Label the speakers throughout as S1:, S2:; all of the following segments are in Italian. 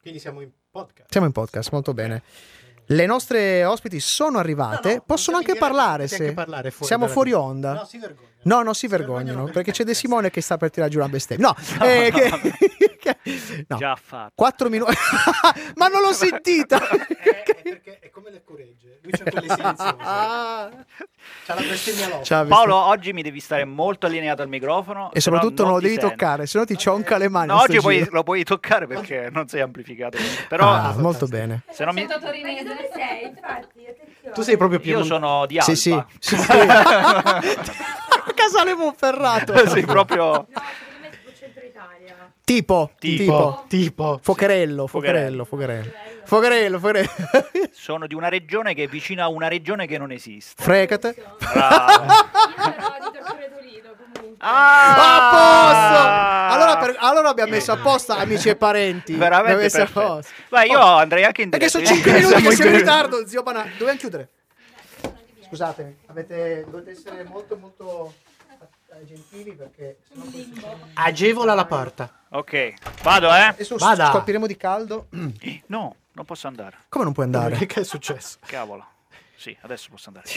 S1: Quindi siamo in podcast.
S2: Siamo in podcast, molto bene. Le nostre ospiti sono arrivate,
S1: No, no,
S2: possono
S1: devi
S2: anche
S1: dire-
S2: parlare
S1: devi
S2: se
S1: anche parlare fuori
S2: siamo
S1: dalla-
S2: fuori onda.
S1: No, si vergognano.
S2: No, non si vergognano, perché c'è De Simone che sta per tirare giù una bestemmia. No, eh, che- che- no.
S3: Già fatto.
S2: 4 minuti. Ma non l'ho sentita!
S1: Eh, è perché è come le curegge. Lui c'ha quelle silenziose. C'ha la bestemmia l'occhio.
S2: Ciao,
S3: Paolo, oggi mi devi stare molto allineato al microfono.
S2: E
S3: se no
S2: soprattutto non lo
S3: ti
S2: devi
S3: sento.
S2: toccare, se no ti
S1: Ok.
S2: cionca le mani.
S3: No,
S2: in sto
S3: oggi puoi-
S2: giro.
S3: lo puoi toccare perché non sei amplificato. Però
S2: Ah,
S1: fantastico.
S2: molto bene.
S3: se non mi...
S4: L'accento torinese. Ma io dove sei? Infatti, attenzione.
S1: Tu sei proprio più
S3: io sono di Alba.
S2: Sì, sì. sì, sì. Casale Monferrato.
S3: Sei proprio...
S4: No, secondo me è centro Italia.
S2: Tipo, tipo,
S3: Tipo.
S1: tipo tipo
S2: Focherello, Focherello,
S3: Focherello.
S2: Focherello. Focherello, Focherello.
S3: Sono di una regione che è vicina a una regione che non esiste. Ah.
S2: Frecate.
S4: Io
S3: Bravo.
S4: però di Tortore Torino comunque.
S2: A
S3: Ah!
S2: posto! Allora, per- allora abbiamo messo apposta amici e parenti. Abbiamo
S3: Veramente
S2: messo
S3: perfetto.
S2: apposta.
S3: Vai, io andrei anche in
S2: Oh, Perché
S3: diretta.
S2: sono 5 minuti
S3: Siamo
S2: che siamo in
S3: diretta.
S2: ritardo, zio Banà. Dobbiamo chiudere. Scusatemi, avete, dovete essere molto molto eh, gentili perché sennò poi succede-
S1: agevola la porta
S3: Ok, vado eh.
S2: Adesso
S1: Vada.
S2: scopriremo di caldo. Eh.
S3: No, non posso andare.
S2: Come non puoi andare?
S1: che è successo
S3: Cavolo. Sì, adesso posso andare.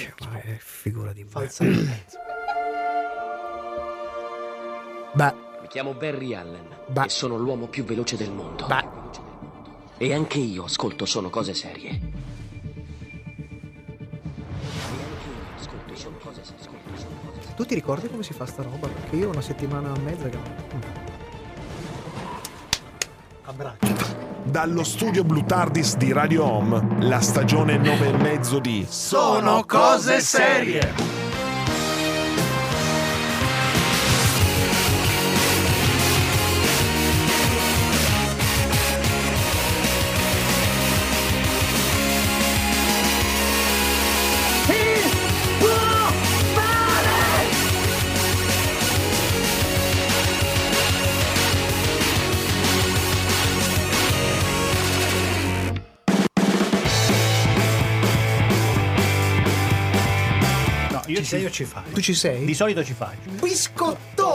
S2: Figura di
S1: falsa
S2: Beh,
S5: Mi chiamo Barry Allen
S2: Ba-
S5: e sono l'uomo più veloce del mondo.
S2: Ba-
S5: E anche io ascolto solo cose serie. E anche io ascolto solo cose serie. Ascolto solo cose serie.
S2: tu ti ricordi come si fa sta roba? Perché io una settimana e mezza che non-
S1: abbraccio
S6: Dallo studio Blue Tardis di Radio Home, la stagione 9 e mezzo di
S1: Sono cose serie.
S3: No,
S1: ci sei o ci fai
S2: Tu ci sei?
S3: Di solito ci faccio.
S2: Biscottoni!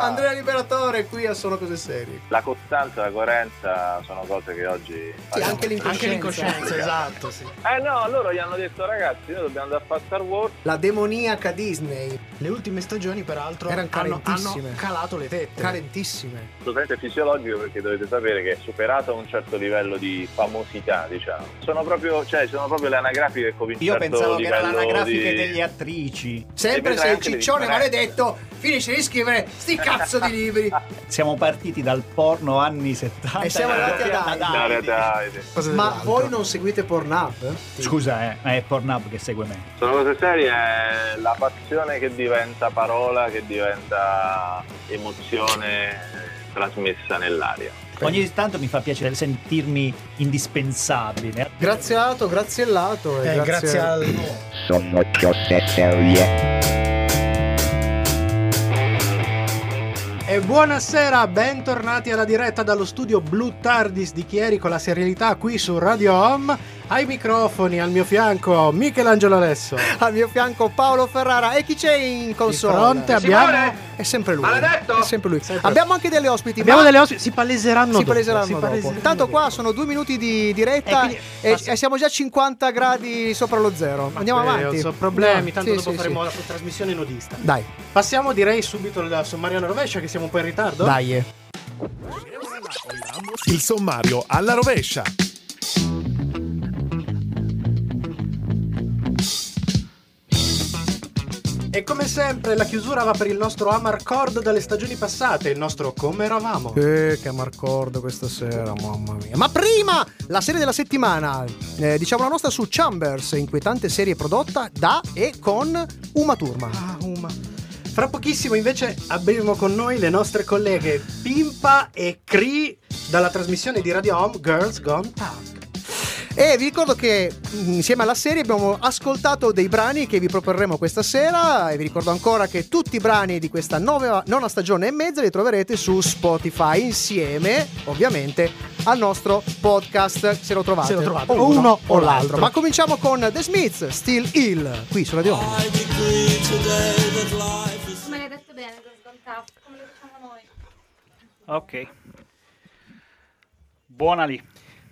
S2: Andrea Liberatore qui a Sono Cose Serie.
S7: La costanza e la coerenza sono cose che oggi...
S2: Sì,
S7: facciamo.
S2: anche l'incoscienza.
S1: anche l'incoscienza esatto sì
S7: Eh no, loro gli hanno detto ragazzi, noi dobbiamo andare a fare Star Wars.
S2: La demoniaca Disney,
S1: le ultime stagioni peraltro
S2: Erano
S1: hanno,
S2: calentissime.
S1: hanno calato le tette
S2: carentissime.
S7: Assolutamente fisiologico perché dovete sapere che superato un certo livello di famosità, diciamo. Sono proprio, cioè, sono proprio le anagrafiche con un
S8: Io
S7: certo
S8: pensavo che era
S7: livello
S8: l'anagrafiche
S7: di-
S8: degli attrici.
S2: Sempre
S7: E
S2: se il
S7: vedrai anche le
S2: ciccione
S7: differenze.
S2: maledetto finisce di scrivere sti cazzo di libri.
S8: Siamo partiti dal porno anni 70
S2: E
S7: Eh,
S2: siamo arrivati ad
S8: ad
S2: Heidi.
S7: No, in
S8: Heidi.
S7: realtà, eh,
S1: Esatto.
S2: Ma voi non seguite Pornhub?
S8: Scusa, eh, ma è Pornhub che segue me.
S7: Sono cose serie, è la passione che diventa parola, che diventa emozione eh, trasmessa nell'aria.
S8: Ogni tanto mi fa piacere sentirmi indispensabile.
S2: Grazie Lato, grazie Lato. e
S1: Eh, grazie al
S9: Sono cose serie.
S1: E buonasera, bentornati alla diretta dallo studio Blue Tardis di Chieri con la serialità qui su Radio Home. Ai microfoni, al mio fianco, Michelangelo Alesso. Di
S2: Al mio fianco Paolo Ferrara. E chi c'è in console?
S1: fronte abbiamo...
S2: È sempre lui.
S7: Maledetto!
S2: È sempre lui.
S1: Sempre.
S2: Abbiamo anche delle ospiti.
S1: abbiamo
S2: ma-
S1: delle ospiti, si paleseranno
S2: si
S1: dopo.
S2: paleseranno
S1: si
S2: dopo.
S1: paleseranno
S2: Tanto qua
S1: dopo.
S2: sono due minuti di diretta
S1: Eh,
S2: e,
S1: quindi- ma-
S2: e siamo già a 50 gradi sopra lo zero.
S1: Ma
S2: Andiamo
S1: quelli
S2: avanti.
S1: Non so problemi,
S2: Andiamo-
S1: tanto
S2: sì,
S1: dopo
S2: sì,
S1: faremo
S2: sì.
S1: la trasmissione nudista.
S2: Dai,
S1: Passiamo direi subito al sommario alla rovescia che siamo un po' in ritardo.
S2: dai. eh.
S6: Il sommario alla rovescia.
S1: E come sempre la chiusura va per il nostro Amarcord dalle stagioni passate, il nostro come eravamo.
S2: Eh, che marcordo questa sera, mamma mia. Ma prima la serie della settimana. Eh, diciamo la nostra su Chambers, inquietante serie prodotta da e con Uma Thurman.
S1: Ah, Uma. Fra pochissimo invece abbiamo con noi le nostre colleghe Pimpa e Cree dalla trasmissione di Radio Home Girls Gone Punk.
S2: E vi ricordo che mh, insieme alla serie abbiamo ascoltato dei brani che vi proporremo questa sera e vi ricordo ancora che tutti i brani di questa nuova- nona stagione e mezza li troverete su Spotify insieme ovviamente al nostro podcast se lo trovate,
S1: Se lo trovate,
S2: o uno, o l'altro.
S1: l'altro.
S2: Ma cominciamo con The Smiths, Still Hill, qui su Radio Home.
S4: Come l'hai detto bene, diciamo lo scontato, come lo facciamo noi.
S3: Ok. Buona lì.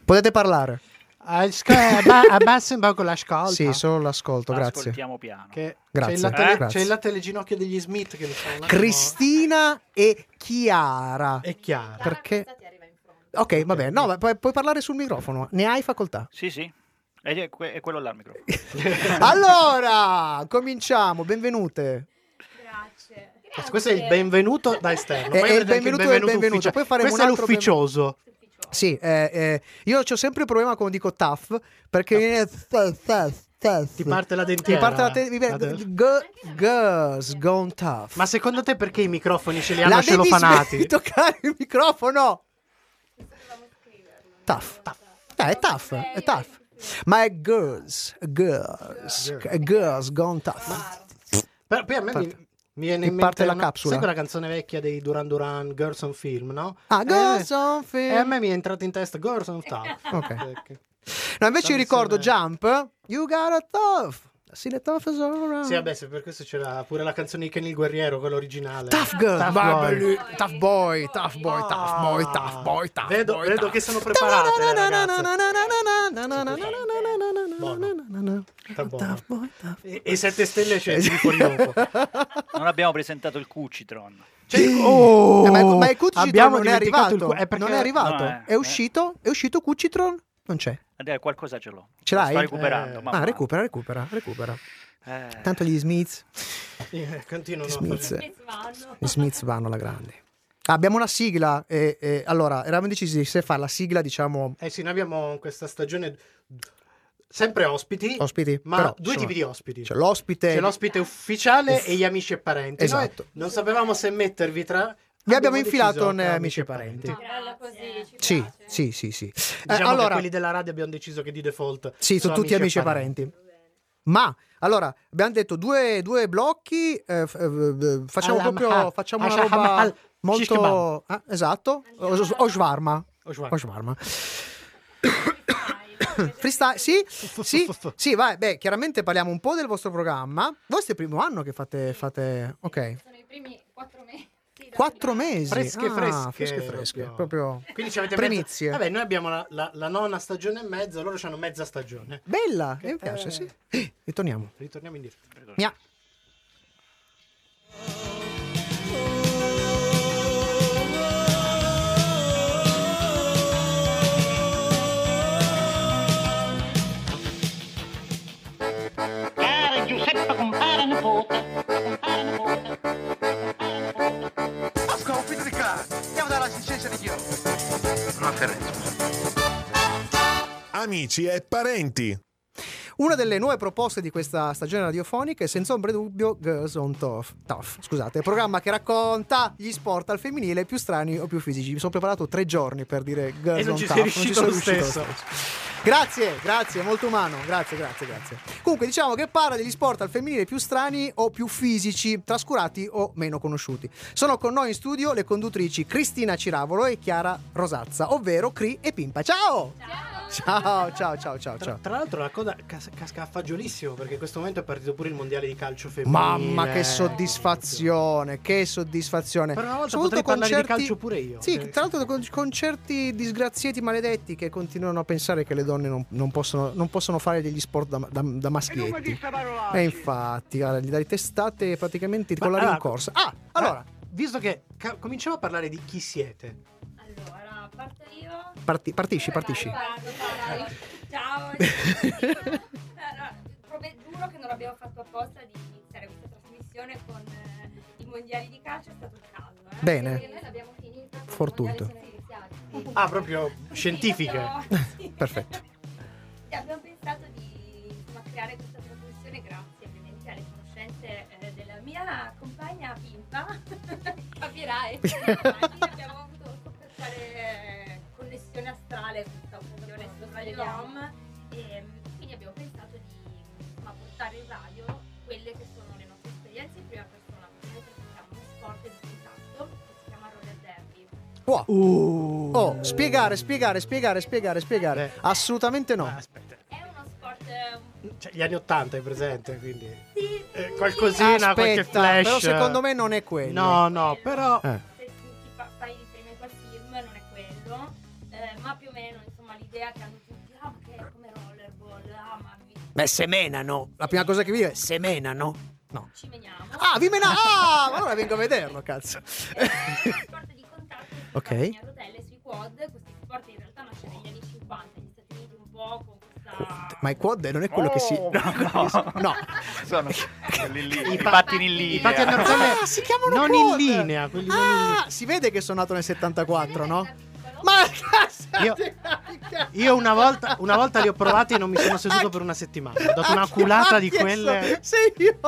S2: Potete parlare?
S1: Asca- abba- abbassa un po' con l'ascolto.
S2: Sì, solo l'ascolto, grazie.
S3: Ascoltiamo piano.
S1: Che
S2: Grazie.
S1: C'è il latte,
S2: Eh?
S1: c'è il latte alle ginocchia degli Smith che lo fa un attimo-
S2: Cristina e Chiara.
S1: È chiaro.
S2: Per- perché-
S4: Ti arriva in fronte.
S2: Ok, va bene. No, ma pu- puoi parlare sul microfono, ne hai facoltà.
S3: Sì, sì. Ed È, que- è quello là il microfono. Ah!
S2: Allora, cominciamo, benvenute.
S4: Grazie. Eh,
S1: Questo è il benvenuto da esterno. Poi
S2: È- è il
S1: avrete anche
S2: benvenuto del benvenuto.
S1: ufficio-
S2: Poi faremo
S1: Questo
S2: un
S1: è
S2: altro
S1: l'ufficioso.
S2: Sì, eh, eh, io ho sempre il problema quando dico TAF perché viene
S1: Ti parte la
S2: mi
S1: dentiera. eh.
S2: parte la te- mi viene-
S1: Adesso.
S2: g- girls gone tough.
S1: Ma secondo te perché i microfoni ce li
S2: La
S1: hanno
S2: devi smettere di
S1: celofanati?
S2: toccare il microfono. Tough, tough. Eh, è tough, è tough. Ma è girls, girls, è girls gone tough.
S1: Però poi a me mi,
S2: Parte-
S1: mi viene
S2: mi
S1: in mente
S2: parte la
S1: una-
S2: capsula.
S1: Sai quella canzone vecchia dei Duran Duran, Girls on Film, no?
S2: Ah,
S1: Eh,
S2: girls on film.
S1: E a me mi è entrato in testa Girls on Town.
S2: Ok.
S1: Ecco.
S2: No, invece io
S1: Sono
S2: ricordo
S1: insieme.
S2: Jump. You got a tough. See the tough is all around.
S1: Sì, vabbè, se per questo c'era pure la canzone di Kenny il Guerriero, quella originale.
S2: Tough girl.
S1: Tough
S2: Vabbè,
S1: girl.
S2: lui- tough boy, tough boy, tough boy,
S1: Ah.
S2: tough boy, tough
S1: Vedo-
S2: boy,
S1: vedo
S2: tough.
S1: che sono preparate, le ragazze.
S2: Buono.
S1: Sta buono.
S2: Tough boy, tough
S1: E, e 7 stelle c'è il dopo.
S3: Non abbiamo presentato il Cucitron.
S1: Cioè,
S2: Eh, ma, ma il Cucitron
S1: Oh, abbiamo
S2: non
S1: dimenticato
S2: è
S1: il
S2: arrivato.
S1: cu- eh, perché-
S2: Non è arrivato.
S3: No, eh,
S2: è uscito. È uscito Cucitron. Non c'è.
S3: Adele, qualcosa ce l'ho.
S2: Ce
S3: Lo
S2: l'hai?
S3: Sto recuperando.
S1: Eh.
S3: ma
S2: ah, recupera, recupera, recupera.
S3: Eh.
S2: Tanto gli Smiths.
S1: Eh, Continuano
S2: Gli
S1: a fare-
S2: Smiths.
S4: vanno.
S2: Gli Smiths vanno alla grande. Ah, abbiamo una sigla. E, e- allora, eravamo decisi se fare la sigla, diciamo,
S1: Eh sì, noi abbiamo questa stagione sempre ospiti,
S2: ospiti.
S1: ma
S2: però,
S1: due
S2: insomma,
S1: tipi di ospiti.
S2: C'è l'ospite.
S1: C'è l'ospite ufficiale
S2: Uff.
S1: e gli amici e parenti.
S2: Esatto.
S1: Noi non sapevamo se mettervi tra...
S2: Vi abbiamo
S1: deciso
S2: infilato
S1: tra
S2: in amici e parenti.
S4: No, bella così. Ci
S2: Sì,
S4: piace.
S2: sì, sì, sì. Eh,
S1: Diciamo che
S2: allora,
S1: quelli della radio abbiamo deciso che di default...
S2: sì, sono tutti amici e parenti. Ma allora, abbiamo detto due, due blocchi, eh, f- eh, facciamo
S1: Alla
S2: proprio
S1: mahal,
S2: facciamo una
S1: alla
S2: roba
S1: mahal,
S2: molto
S1: shishkebab.
S2: ah, esatto, o, o- o shawarma,
S1: O Schwarz.
S2: o shawarma. Freestyle, sì, sì, sì, vai, beh, chiaramente parliamo un po' del vostro programma. Voi siete il primo anno che fate, fate ok,
S4: Sono i primi quattro mesi. Sì, da-
S2: quattro mesi.
S1: Fresche,
S2: Ah,
S1: fresche,
S2: fresche, fresche,
S1: proprio.
S2: proprio.
S1: Quindi ci avete
S2: Primizie.
S1: mezza- Vabbè, noi abbiamo la, la- la nonna stagione e mezza, loro hanno mezza stagione.
S2: Bella, eh, mi
S1: Eh.
S2: piace, sì. E torniamo.
S1: Ritorniamo indietro.
S2: Mia.
S5: Cara Giuseppe, compare nipote. Compare nipote. Ha sconfitto di classe. Andiamo dalla licenza di Dio. No, Ferrezzo.
S6: Amici e parenti.
S2: Una delle nuove proposte di questa stagione radiofonica è senza ombra di dubbio Girls on Tough. Tough, scusate, programma che racconta gli sport al femminile più strani o più fisici. Mi sono preparato tre giorni per dire Girls
S1: E non
S2: on
S1: ci
S2: Tough.
S1: sei riuscito
S2: sono
S1: lo stesso.
S2: Grazie, grazie, molto umano. Grazie, grazie, grazie. Comunque, diciamo che parla degli sport al femminile più strani o più fisici, trascurati o meno conosciuti. Sono con noi in studio le conduttrici Cristina Ciravolo e Chiara Rosazza, ovvero Cri e Pimpa. Ciao! Ciao, ciao, ciao, ciao,
S1: Tra,
S2: ciao.
S1: tra l'altro la cosa cas- casca a fagiolissimo perché in questo momento è partito pure il mondiale di calcio femminile.
S2: Mamma che soddisfazione, che soddisfazione.
S1: Per una volta
S2: Soprattutto
S1: potrei parlare di calcio pure io.
S2: Sì,
S1: Cioè-
S2: tra l'altro con concerti disgraziati maledetti che continuano a pensare che le donne non, non possono, non possono fare degli sport da, da, da maschietti. E infatti, guarda, gli dai testate praticamente
S1: Ma
S2: con la
S1: allora- eh,
S2: rincorsa. Ah, allora,
S1: Visto che ca- cominciamo a parlare di chi siete,
S4: Allora, parto io.
S1: eh.
S2: parti- partisci, partisci.
S4: Parto, parto. Ciao. Allora, prove- Giuro che non l'abbiamo fatto apposta di iniziare questa trasmissione con eh, i mondiali di calcio, è stato il caso. Eh?
S2: Bene.
S4: Perché noi l'abbiamo finita. con i
S2: Fortuito.
S4: mondiali siamo iniziati.
S1: Ah, proprio
S4: Sì,
S1: scientifiche.
S2: Eh,
S4: proprio- sì.
S2: Perfetto.
S4: E abbiamo pensato di insomma, creare questa trasmissione grazie ovviamente alle conoscenze eh, della mia compagna Pimpa. Capirai. Quindi abbiamo avuto questa connessione astrale, questa unione dell'OM e mm, quindi abbiamo pensato di insomma, portare in radio quelle che sono le nostre esperienze in prima persona, perché noi pratichiamo uno sport di contatto che si chiama roller derby.
S2: Wow.
S1: Uh.
S2: Oh, spiegare, spiegare, spiegare, spiegare, spiegare.
S4: Eh.
S1: Beh.
S2: Assolutamente
S1: Ah,
S2: no.
S1: aspetta.
S4: È uno sport eh,
S1: Cioè, gli anni 80 è presente, quindi
S4: Sì,
S1: eh,
S4: sì.
S1: qualcosina, qualche
S2: Aspetta,
S1: flash.
S2: però secondo me non è quello.
S1: No, no, però
S2: Eh.
S4: se tu ti fa- fai riferimento al film non è quello, eh, ma più o meno insomma l'idea che hanno tutti, ah ma che è come rollerball, ah ma vi-
S2: Beh, semenano. La prima cosa che vi dico è semenano. No.
S4: ci meniamo.
S2: Ah, vi mena- ah, ma allora vengo a vederlo, cazzo.
S4: Eh, sport di contatto sui
S2: Ok.
S4: patini a rotelle, sui quad, questi sport in realtà nasce negli anni 50 negli Stati Uniti un po' con questa...
S2: Ma il quad non è quello che si...
S3: Oh,
S2: No.
S3: no. Sono quelli lì, i pattini lì.
S4: I
S1: pattini a
S3: eh.
S1: rotelle.
S2: Ah, si chiamano
S1: Non
S2: quad.
S1: in linea, quelli non in
S2: Ah,
S1: linea.
S2: si vede che sono nato nel 74, no?
S4: Da piccolo.
S2: Ma cazzo!
S1: Io- Io una volta, una volta li ho provati e non mi sono seduto per una settimana. Ho dato una culata di quelle.
S2: Sei io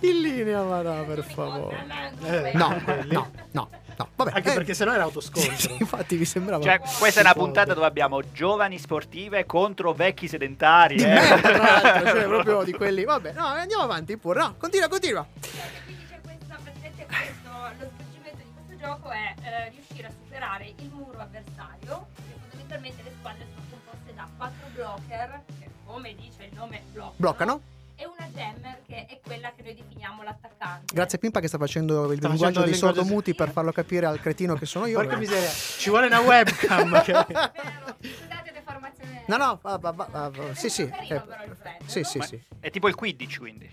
S2: in linea, ma no, per
S4: Sono i
S2: favore.
S4: quad, hanno
S1: Eh,
S4: quel-
S2: No,
S1: quelli.
S2: no, no, no. Vabbè,
S1: Anche
S2: eh,
S1: perché sennò era autoscontro.
S2: sì, infatti mi sembrava
S3: Cioè, questa è una
S1: Sì,
S3: puntata
S1: vabbè.
S3: dove abbiamo giovani sportive contro vecchi sedentari.
S2: di
S3: eh.
S2: merda, tra l'altro, cioè proprio di quelli. Vabbè, no, andiamo avanti pure. No, continua, continua.
S4: Quindi c'è questa, praticamente questo, lo svolgimento di questo gioco è eh, riuscire a superare il muro avversario, perché fondamentalmente le squadre sono composte da quattro blocker, che come dice il nome bloccano,
S2: Bloccano.
S4: e una jammer che è quella che noi definiamo l'attaccante.
S2: Grazie Pimpa che sta facendo il
S1: Sta
S2: linguaggio
S1: facendo il
S2: dei
S1: linguaggio-
S2: sordomuti per farlo capire al cretino che sono io. Eh.
S1: Porca miseria, ci vuole una webcam. che-
S4: Vero, scusate le formazioni.
S2: No, no, va, va, va, va, va. sì,
S4: È
S2: sì.
S4: carino
S2: eh,
S4: però il brand,
S2: sì,
S4: no?
S2: sì,
S3: Ma
S2: sì.
S3: È tipo il 15, quindi.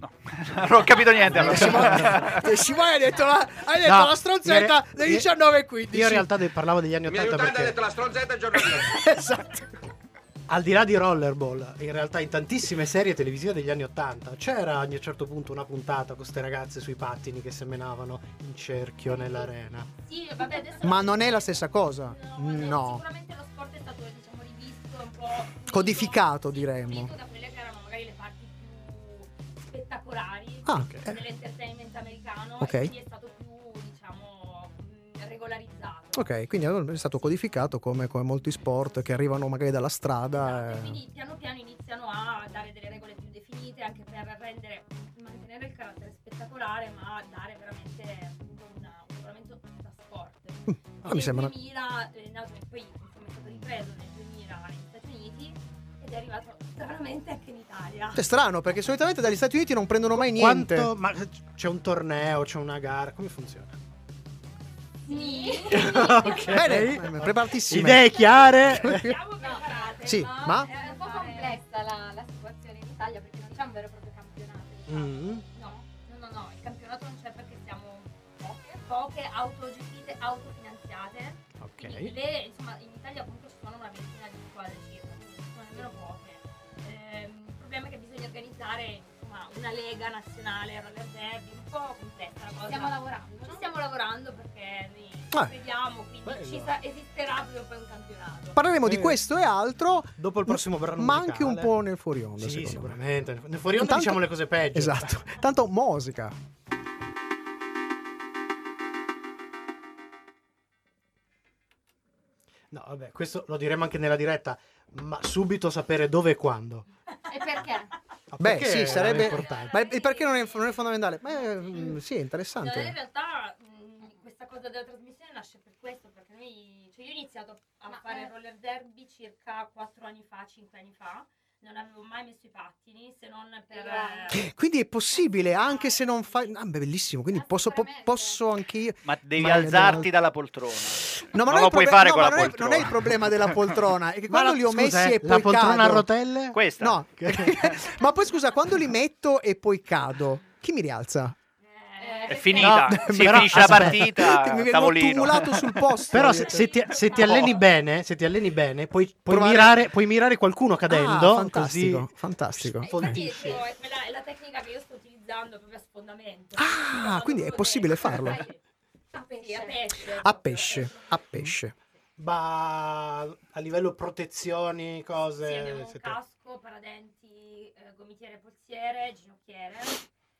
S3: No. non ho capito niente.
S2: Eh,
S3: allora.
S2: Simone, eh, Simone hai detto la, hai detto
S1: No,
S2: la stronzetta
S1: io-
S2: delle
S1: io-
S2: 19.15.
S1: Io in realtà de- parlavo degli anni
S5: Mi
S1: 80
S5: aiutate, ha
S1: perché
S5: detto la stronzetta giornalista.
S2: Esatto.
S1: al di là di Rollerball, in realtà in tantissime serie televisive degli anni 80 c'era a un certo punto una puntata con queste ragazze sui pattini che semenavano in cerchio nell'arena.
S4: Sì, vabbè, adesso-
S2: Ma non è la stessa cosa. Cioè, No.
S4: Sicuramente lo sport è stato diciamo rivisto un po'
S2: Codificato, diremmo.
S4: pulito da quelle che erano magari le parti più spettacolari
S2: Ah, eh.
S4: dell'entertainment americano
S2: Ok.
S4: e quindi è stato più diciamo mh, regolarizzato.
S2: Ok, quindi è stato codificato come, come molti sport che arrivano magari dalla strada.
S4: Esatto, e
S2: eh.
S4: Quindi piano piano iniziano a dare delle regole più definite anche per rendere, mantenere il carattere spettacolare, ma dare veramente appunto, una- un regolamento da sport.
S2: Ah, mi sembra.
S4: Nel 2000, eh, nato- poi insomma, è stato ripreso nel 2000 negli Stati Uniti ed è arrivato stranamente anche in Italia.
S2: È strano perché solitamente dagli Stati Uniti non prendono mai niente.
S1: Quanto, ma c'è un torneo, c'è una gara, come funziona?
S4: Sì,
S1: Ok.
S2: Bene, eh, preparatissime.
S1: Idee chiare?
S4: siamo preparate.
S2: Sì, ma-
S4: È un po' complessa la, la situazione in Italia perché non c'è un vero e proprio campionato. diciamo.
S1: Mm.
S4: No, no, no, no, il campionato non c'è perché siamo poche, poche autogestite, autofinanziate. Quindi
S1: Ok.
S4: le- insomma, in Italia comunque ci sono una ventina di squadre circa, quindi non sono nemmeno poche. Ehm, il problema è che bisogna organizzare insomma, una lega nazionale, roller derby, un po' complessa la cosa. stiamo lavorando. Ci stiamo lavorando perché noi
S2: Ah.
S4: vediamo, quindi
S1: Bello.
S4: ci sa- esisterà prima o poi un campionato.
S2: Parleremo di
S1: Eh.
S2: questo e altro,
S1: Dopo il prossimo brano
S2: ma anche un
S1: musicale.
S2: po' nel fuori onda,
S1: Sì,
S2: secondo me.
S1: sicuramente. Nel fuori onda
S2: Intanto-
S1: diciamo le cose peggio.
S2: Esatto. Tanto musica.
S1: No, vabbè, questo lo diremo anche nella diretta, ma subito sapere dove e quando.
S4: E perché?
S1: Ma
S2: Beh,
S1: perché
S2: sì,
S1: era
S2: sarebbe.
S1: importante.
S2: Ma il perché non è, non è fondamentale? Ma è- mm, sì, è interessante.
S4: No, in realtà mh, questa cosa della trasmissione nasce per questo, perché noi, cioè io ho iniziato a fare roller derby circa 4 anni fa, 5 anni fa, non avevo mai messo i pattini se non per... eh,
S2: Quindi è possibile, anche se non fai. Ah, beh, bellissimo. Quindi posso, po- posso anche io.
S3: Ma devi
S2: Ma-
S3: alzarti dalla poltrona.
S2: No, ma
S3: non
S2: è
S3: lo
S2: il proble-
S3: puoi fare
S2: no,
S3: con
S2: ma
S3: la
S2: non è,
S3: poltrona.
S2: non è il problema della poltrona, è
S1: Ma
S2: che quando
S1: la-
S2: li ho
S1: scusa,
S2: messi
S1: eh,
S2: e poi
S1: la poltrona
S2: cado.
S1: a rotelle?
S3: Questa.
S2: No, ma poi scusa, quando li metto e poi cado, chi mi rialza?
S4: eh,
S3: È finita.
S1: No,
S3: si
S1: però-
S3: finisce
S1: aspetta.
S3: la partita.
S2: mi vengo
S3: tavolino.
S2: tumulato sul posto.
S1: Però
S2: Ho
S1: se,
S2: detto-
S1: se ti, se ti alleni bene, se ti alleni bene, puoi, puoi
S2: Provare-
S1: mirare, puoi mirare qualcuno
S2: Ah,
S1: cadendo.
S2: fantastico,
S1: così
S2: fantastico.
S4: Infatti
S1: fondisci.
S4: ecco, è, quella- è la tecnica che io sto utilizzando proprio a sfondamento.
S2: Ah, quindi è possibile farlo.
S4: A pesce. A pesce.
S2: A pesce, a pesce.
S1: Ma a livello protezioni,
S4: Sì, abbiamo
S1: cose.
S4: un
S1: siete-
S4: casco, paradenti, eh, gomitiere, polsiere, ginocchiere.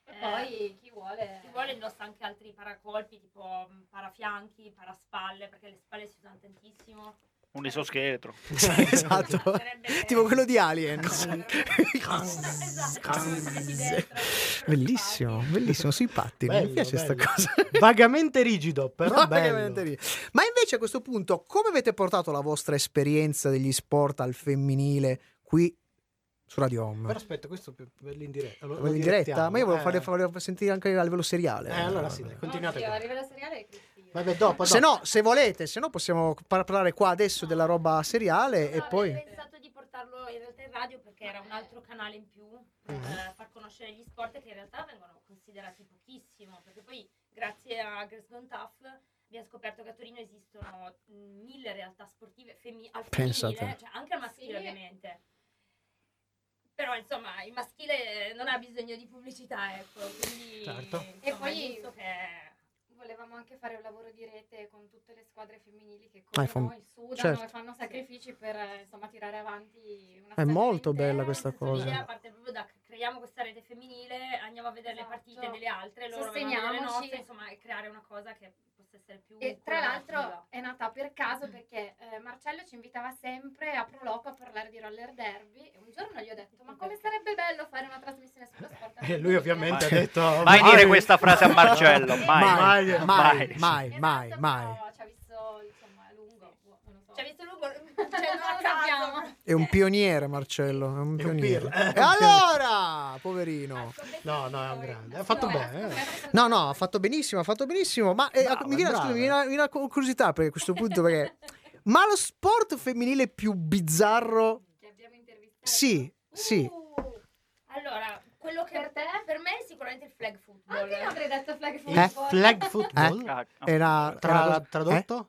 S4: Eh,
S10: Poi eh, chi vuole...
S4: chi vuole indossa anche altri paracolpi, tipo mh, parafianchi, paraspalle, perché le spalle si usano tantissimo.
S3: Un esoscheletro.
S2: esatto.
S4: Sarebbe-
S2: Tipo quello di Alien.
S4: Esatto, metti dentro.
S2: bellissimo, bellissimo sui pattini.
S1: Bello,
S2: Mi piace sta
S1: bello.
S2: cosa.
S1: Vagamente rigido, però
S2: No,
S1: bello.
S2: veramente lì. Ma invece a questo punto, come avete portato la vostra esperienza degli sport al femminile qui su Radio Home?
S1: Però aspetta, questo per per l'indiretta. lo-
S2: Volevo
S1: lo
S2: in diretta?
S1: direttiamo,
S2: Ma io volevo,
S1: eh.
S2: fare- volevo sentire anche a livello seriale.
S1: Eh, allora sì, dai, continuate.
S10: Oddio,
S1: con-
S10: arriva la seriale e Cristina.
S1: Vabbè, dopo, dopo.
S2: Se no, se volete, se no possiamo parlare qua adesso della roba seriale e
S4: No,
S2: poi...
S4: avevo pensato di portarlo in realtà in radio perché era un altro canale in più
S2: Mm-hmm.
S4: per eh, far conoscere gli sport che in realtà vengono considerati pochissimo perché poi grazie a Grace Gontaf abbiamo scoperto che a Torino esistono mh, mille realtà sportive femmi- al femminile,
S2: Pensate.
S4: cioè anche al maschile
S10: Sì.
S4: ovviamente. Però insomma il maschile non ha bisogno di pubblicità, ecco, quindi
S1: Certo. E
S4: insomma,
S10: poi-
S4: è giusto che...
S10: Volevamo anche fare un lavoro di rete con tutte le squadre femminili che
S2: Ah, è
S10: corrono
S2: fam-
S10: e sudano
S2: certo.
S10: e fanno sacrifici per eh, insomma tirare avanti una
S2: È
S10: stagione
S2: molto
S10: intera.
S2: bella questa
S4: Senza
S2: cosa.
S4: idea, parte proprio da creiamo questa rete femminile, andiamo a vedere
S10: Esatto.
S4: le partite delle altre, loro vengono a vedere le
S10: Sosteniamoci.
S4: nostre, insomma, e creare una cosa che possa essere più
S10: E tra l'altro eh,
S4: collaborativa.
S10: è nata per
S4: Mm.
S10: caso perché eh, Marcello ci invitava sempre a Proloco a parlare di roller derby e un giorno gli ho detto ma come sarebbe bello fare una trasmissione sullo sport.
S1: E lui ovviamente
S3: Vai.
S1: ha detto...
S3: Mai dire questa frase a Marcello, mai.
S2: mai, mai,
S1: Mai.
S2: mai, mai,
S3: Mai.
S2: mai,
S10: Esatto,
S2: mai.
S10: però Ci ha visto insomma a lungo, boh, non lo so.
S4: Ci ha visto lungo, cioè,
S10: non lo sappiamo.
S2: È
S4: Eh.
S2: un pioniere Marcello, è un
S1: È un
S2: pioniere.
S1: pirla.
S2: E allora, poverino.
S4: Ecco,
S1: No, no, è un grande. Ha fatto
S10: No,
S4: uh,
S1: bene. eh.
S2: No, no, ha fatto benissimo, ha fatto benissimo, ma eh,
S1: Brava,
S2: mi viene
S1: brava.
S2: scusami, mi viene una, una curiosità per questo punto perché ma lo sport femminile più bizzarro?
S10: Che abbiamo intervistato.
S2: Sì, sì.
S4: Uh, allora, quello che
S10: Per te?
S4: per me è sicuramente il flag football.
S10: Anche io avrei detto
S2: Eh,
S10: flag
S1: Il
S10: football.
S1: flag football?
S3: Ah, no.
S2: Era,
S1: Tra-
S2: era- eh?
S1: tradotto?